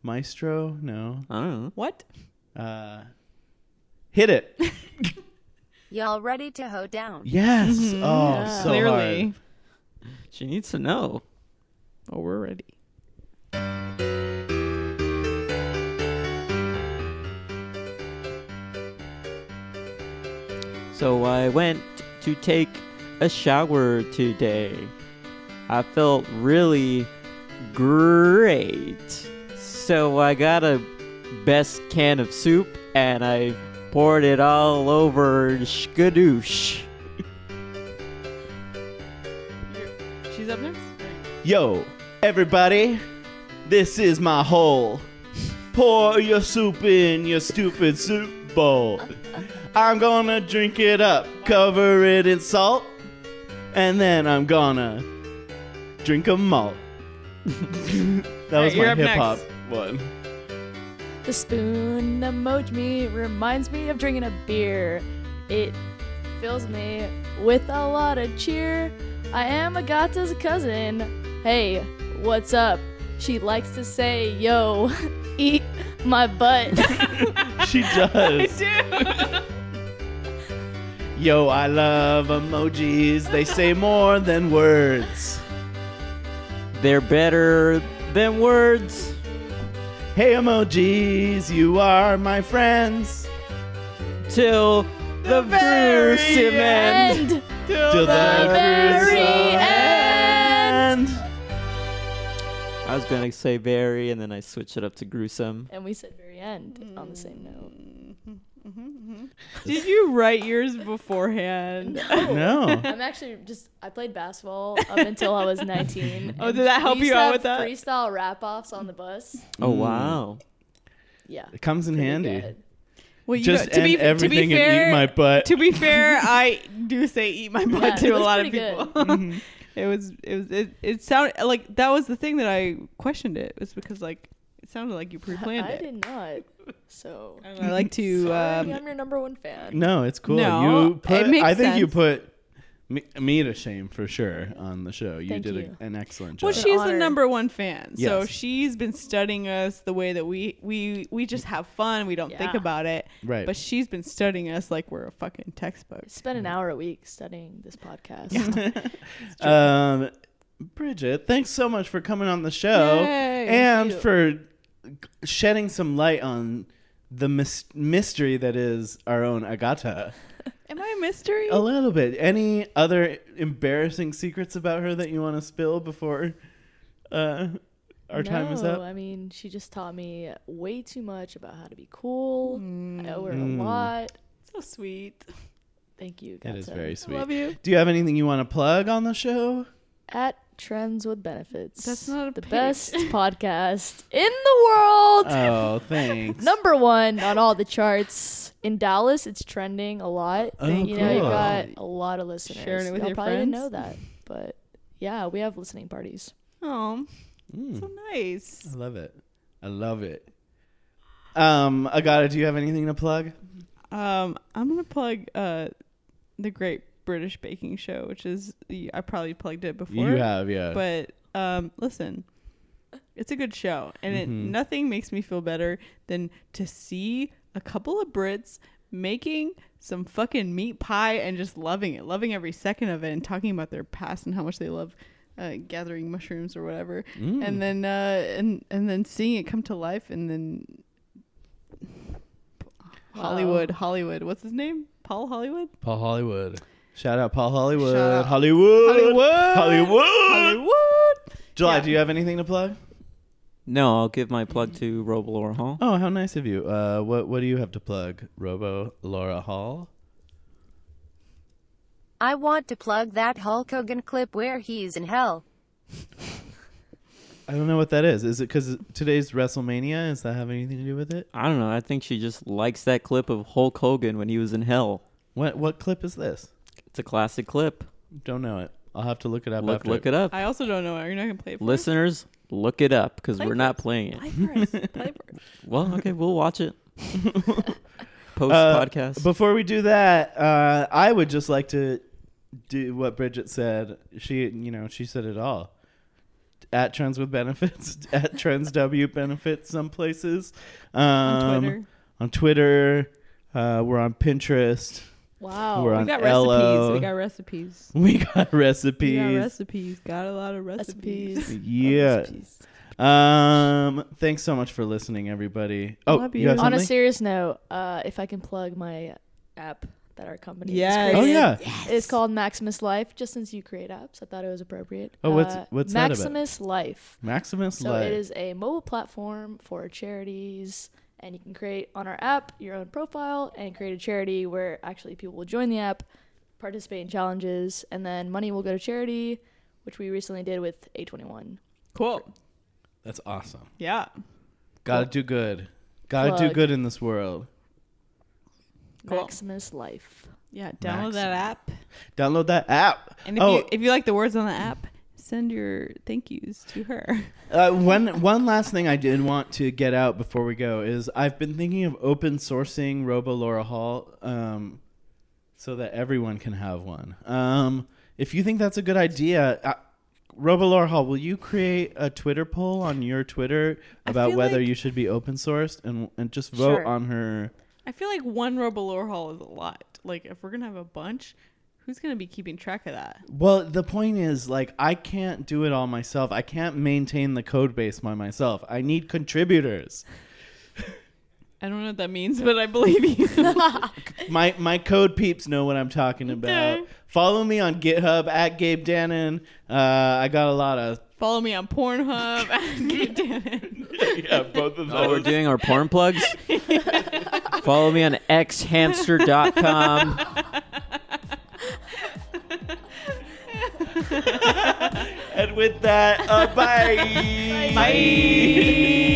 Speaker 2: maestro? No.
Speaker 3: I don't know.
Speaker 4: what?
Speaker 2: Uh, hit it.
Speaker 6: Y'all ready to hoe down?
Speaker 2: Yes. Oh, so
Speaker 4: Clearly,
Speaker 2: hard.
Speaker 3: She needs to know.
Speaker 4: oh, we're ready.
Speaker 3: So I went to take a shower today. I felt really great. So I got a best can of soup and I poured it all over Skadoosh.
Speaker 4: She's up next.
Speaker 2: Yo, everybody, this is my hole. Pour your soup in your stupid soup bowl. I'm gonna drink it up, cover it in salt, and then I'm gonna drink a malt. that was
Speaker 4: Alright, you're
Speaker 2: my
Speaker 4: up
Speaker 2: hip
Speaker 4: next.
Speaker 2: hop one.
Speaker 5: The spoon emoji reminds me of drinking a beer. It fills me with a lot of cheer. I am Agata's cousin. Hey, what's up? She likes to say, yo, eat my butt.
Speaker 2: She does. Yo, I love emojis. They say more than words.
Speaker 3: They're better than words.
Speaker 2: Hey, emojis, you are my friends.
Speaker 3: till the
Speaker 2: very
Speaker 3: gruesome end.
Speaker 5: and
Speaker 2: Till
Speaker 5: the very
Speaker 2: gruesome
Speaker 5: end.
Speaker 2: end.
Speaker 3: I was gonna say very, and then I switched it up to gruesome.
Speaker 5: and we said very end on the same note.
Speaker 4: Mm-hmm, Did you write yours beforehand?
Speaker 2: No.
Speaker 5: Oh. I'm actually just I played basketball up until I was 19.
Speaker 4: Oh,
Speaker 5: and
Speaker 4: did that help
Speaker 5: we used
Speaker 4: you
Speaker 5: to
Speaker 4: out
Speaker 5: have
Speaker 4: with that?
Speaker 5: Freestyle rap offs on the bus.
Speaker 3: Oh wow!
Speaker 5: Yeah.
Speaker 2: It comes in
Speaker 5: pretty
Speaker 2: handy.
Speaker 5: good.
Speaker 4: Well, you
Speaker 2: Just
Speaker 4: know, to
Speaker 2: end
Speaker 4: be to
Speaker 2: everything
Speaker 4: be fair,
Speaker 2: and eat my butt.
Speaker 4: To be fair, I do say eat my butt
Speaker 5: Yeah,
Speaker 4: to
Speaker 5: it
Speaker 4: a
Speaker 5: was
Speaker 4: lot of
Speaker 5: pretty
Speaker 4: people.
Speaker 5: good. Mm-hmm.
Speaker 4: it was it was it, it sounded like that was the thing that I questioned it. It was because like it sounded like you pre-planned
Speaker 5: I
Speaker 4: it.
Speaker 5: did not. So
Speaker 4: And I like to
Speaker 5: Sorry,
Speaker 4: um,
Speaker 5: I'm your number one fan.
Speaker 2: no, it's cool.
Speaker 4: No,
Speaker 2: you put.
Speaker 4: it makes
Speaker 2: I think you
Speaker 4: sense.
Speaker 2: put Me, me to shame for sure on the show. You
Speaker 5: Thank
Speaker 2: did
Speaker 5: you.
Speaker 2: A, an excellent job.
Speaker 4: Well, she's the
Speaker 5: honor.
Speaker 4: number one fan, so
Speaker 2: Yes.
Speaker 4: she's been studying us the way that we we we just have fun. We don't think
Speaker 5: Yeah.
Speaker 4: about it,
Speaker 2: Right.
Speaker 4: But she's been studying us like we're a fucking textbook.
Speaker 5: Spend an hour a week studying this podcast.
Speaker 2: um, Bridget, thanks so much for coming on the show
Speaker 4: Yay,
Speaker 2: and
Speaker 4: thank
Speaker 2: for shedding some light on the mys- mystery that is our own Agata.
Speaker 4: Am I a mystery?
Speaker 2: A little bit. Any other embarrassing secrets about her that you want to spill before uh, our time is
Speaker 5: No,
Speaker 2: up?
Speaker 5: I mean, she just taught me way too much about how to be cool. I owe her a lot.
Speaker 4: Mm, so sweet.
Speaker 5: Thank you.
Speaker 2: Mm. That is
Speaker 5: Gata.
Speaker 2: very sweet.
Speaker 4: Love you.
Speaker 2: Do you have anything you want to plug on the show?
Speaker 5: At Trends with Benefits.
Speaker 4: That's not a
Speaker 5: the
Speaker 4: pig.
Speaker 5: best podcast in the world.
Speaker 2: Oh, thanks.
Speaker 5: Number one on all the charts in Dallas. It's trending a lot.
Speaker 2: Oh,
Speaker 5: you know, you
Speaker 2: cool.
Speaker 5: got a lot of listeners.
Speaker 4: Sharing it with
Speaker 5: Y'all
Speaker 4: your
Speaker 5: probably didn't know
Speaker 4: friends?
Speaker 5: that, but yeah, we have listening parties.
Speaker 4: Oh,
Speaker 2: Mm,
Speaker 4: so nice.
Speaker 2: I love it. I love it. Um, Agata, do you have anything to plug?
Speaker 4: Um, I'm gonna plug uh the Great British Baking Show, which is I probably plugged it before.
Speaker 2: You have, yeah.
Speaker 4: but um, listen, it's a good show, and it
Speaker 2: Mm-hmm.
Speaker 4: nothing makes me feel better than to see a couple of Brits making some fucking meat pie and just loving it, loving every second of it, and talking about their past and how much they love. Uh, gathering mushrooms or whatever,
Speaker 2: Mm.
Speaker 4: and then uh, and and then seeing it come to life, and then Hollywood, Hollywood. What's his name? Paul Hollywood.
Speaker 2: Paul Hollywood. Shout out Paul Hollywood.
Speaker 4: Shout out.
Speaker 2: Hollywood.
Speaker 4: Hollywood.
Speaker 2: Hollywood.
Speaker 4: Hollywood.
Speaker 2: July,
Speaker 4: Yeah.
Speaker 2: do you have anything to plug?
Speaker 3: No, I'll give my plug to Roble or Hall.
Speaker 2: Oh, how nice of you. Uh, what what do you have to plug? Robo Laura Hall.
Speaker 6: I want to plug that Hulk Hogan clip where he's in hell.
Speaker 2: I don't know what that is. Is it because today's WrestleMania? Does that have anything to do with it?
Speaker 3: I don't know. I think she just likes that clip of Hulk Hogan when he was in hell.
Speaker 2: What what clip is this?
Speaker 3: It's a classic clip.
Speaker 2: Don't know it. I'll have to look it up.
Speaker 3: Look,
Speaker 2: after.
Speaker 3: look it up.
Speaker 4: I also don't know. Are you not gonna play it? For us?
Speaker 3: Listeners, look it up because
Speaker 4: Play
Speaker 3: we're
Speaker 4: for
Speaker 3: not
Speaker 4: us.
Speaker 3: playing
Speaker 4: Play
Speaker 3: it. Uh,
Speaker 4: for us. Play for us.
Speaker 3: Well, okay, we'll watch it. Post
Speaker 2: Uh,
Speaker 3: podcast.
Speaker 2: Before we do that, uh, I would just like to do what Bridget said. She, you know, she said it all. At Trends with Benefits, at Trends W Benefits, some places. Um,
Speaker 4: on Twitter.
Speaker 2: On Twitter. Uh, we're on Pinterest.
Speaker 5: Wow.
Speaker 2: We're
Speaker 4: we
Speaker 2: on
Speaker 4: got
Speaker 2: Ello.
Speaker 4: recipes. We got recipes.
Speaker 2: We got
Speaker 4: We
Speaker 2: recipes.
Speaker 4: got recipes. Got a lot of recipes.
Speaker 5: Recipes.
Speaker 2: yeah. Um. Thanks so much for listening, everybody. Oh,
Speaker 4: Love
Speaker 2: you.
Speaker 4: you.
Speaker 2: have
Speaker 5: On a
Speaker 2: something?
Speaker 5: serious note, uh, if I can plug my app that our company
Speaker 4: Yes.
Speaker 5: is
Speaker 2: Oh yeah.
Speaker 5: It's called Maximus Life. Just since you create apps, I thought it was appropriate. Uh,
Speaker 2: Oh, what's- what's that about?
Speaker 5: Maximus Life?
Speaker 2: Maximus
Speaker 5: So
Speaker 2: Light.
Speaker 5: it is a mobile platform for charities, and you can create on our app your own profile and create a charity where actually people will join the app, participate in challenges, and then money will go to charity, which we recently did with A21.
Speaker 4: Cool.
Speaker 2: That's awesome.
Speaker 4: Yeah.
Speaker 2: Gotta do good. Gotta do
Speaker 5: Plug.
Speaker 2: good in this world.
Speaker 4: Cool.
Speaker 5: Maximus Life.
Speaker 4: Yeah. Download that app.
Speaker 2: Download that app. Oh,
Speaker 4: And if you if you like the words on the app, send your thank yous to her.
Speaker 2: Uh, one one last thing I did want to get out before we go is I've been thinking of open sourcing Robo Laura Hall um, so that everyone can have one. Um, if you think that's a good idea, uh, Robo Laura Hall, will you create a Twitter poll on your Twitter
Speaker 4: I
Speaker 2: about
Speaker 4: feel
Speaker 2: whether
Speaker 4: like-
Speaker 2: you should be open sourced and and just vote
Speaker 6: Sure.
Speaker 2: on her?
Speaker 4: I feel like one Robolore haul is a lot. Like if we're gonna have a bunch, who's gonna be keeping track of that?
Speaker 2: Well, the point is, like, I can't do it all myself. I can't maintain the code base by myself. I need contributors.
Speaker 4: I don't know what that means, but I believe you.
Speaker 2: my my code peeps know what I'm talking about.
Speaker 4: Okay.
Speaker 2: Follow me on GitHub at Gabe Dannon. Uh, I got a lot of
Speaker 4: Follow me on Pornhub. Damn it.
Speaker 2: yeah, both of
Speaker 3: oh, we're doing our porn plugs. Follow me on xhamster.com.
Speaker 2: and with that, uh, bye.
Speaker 4: Bye.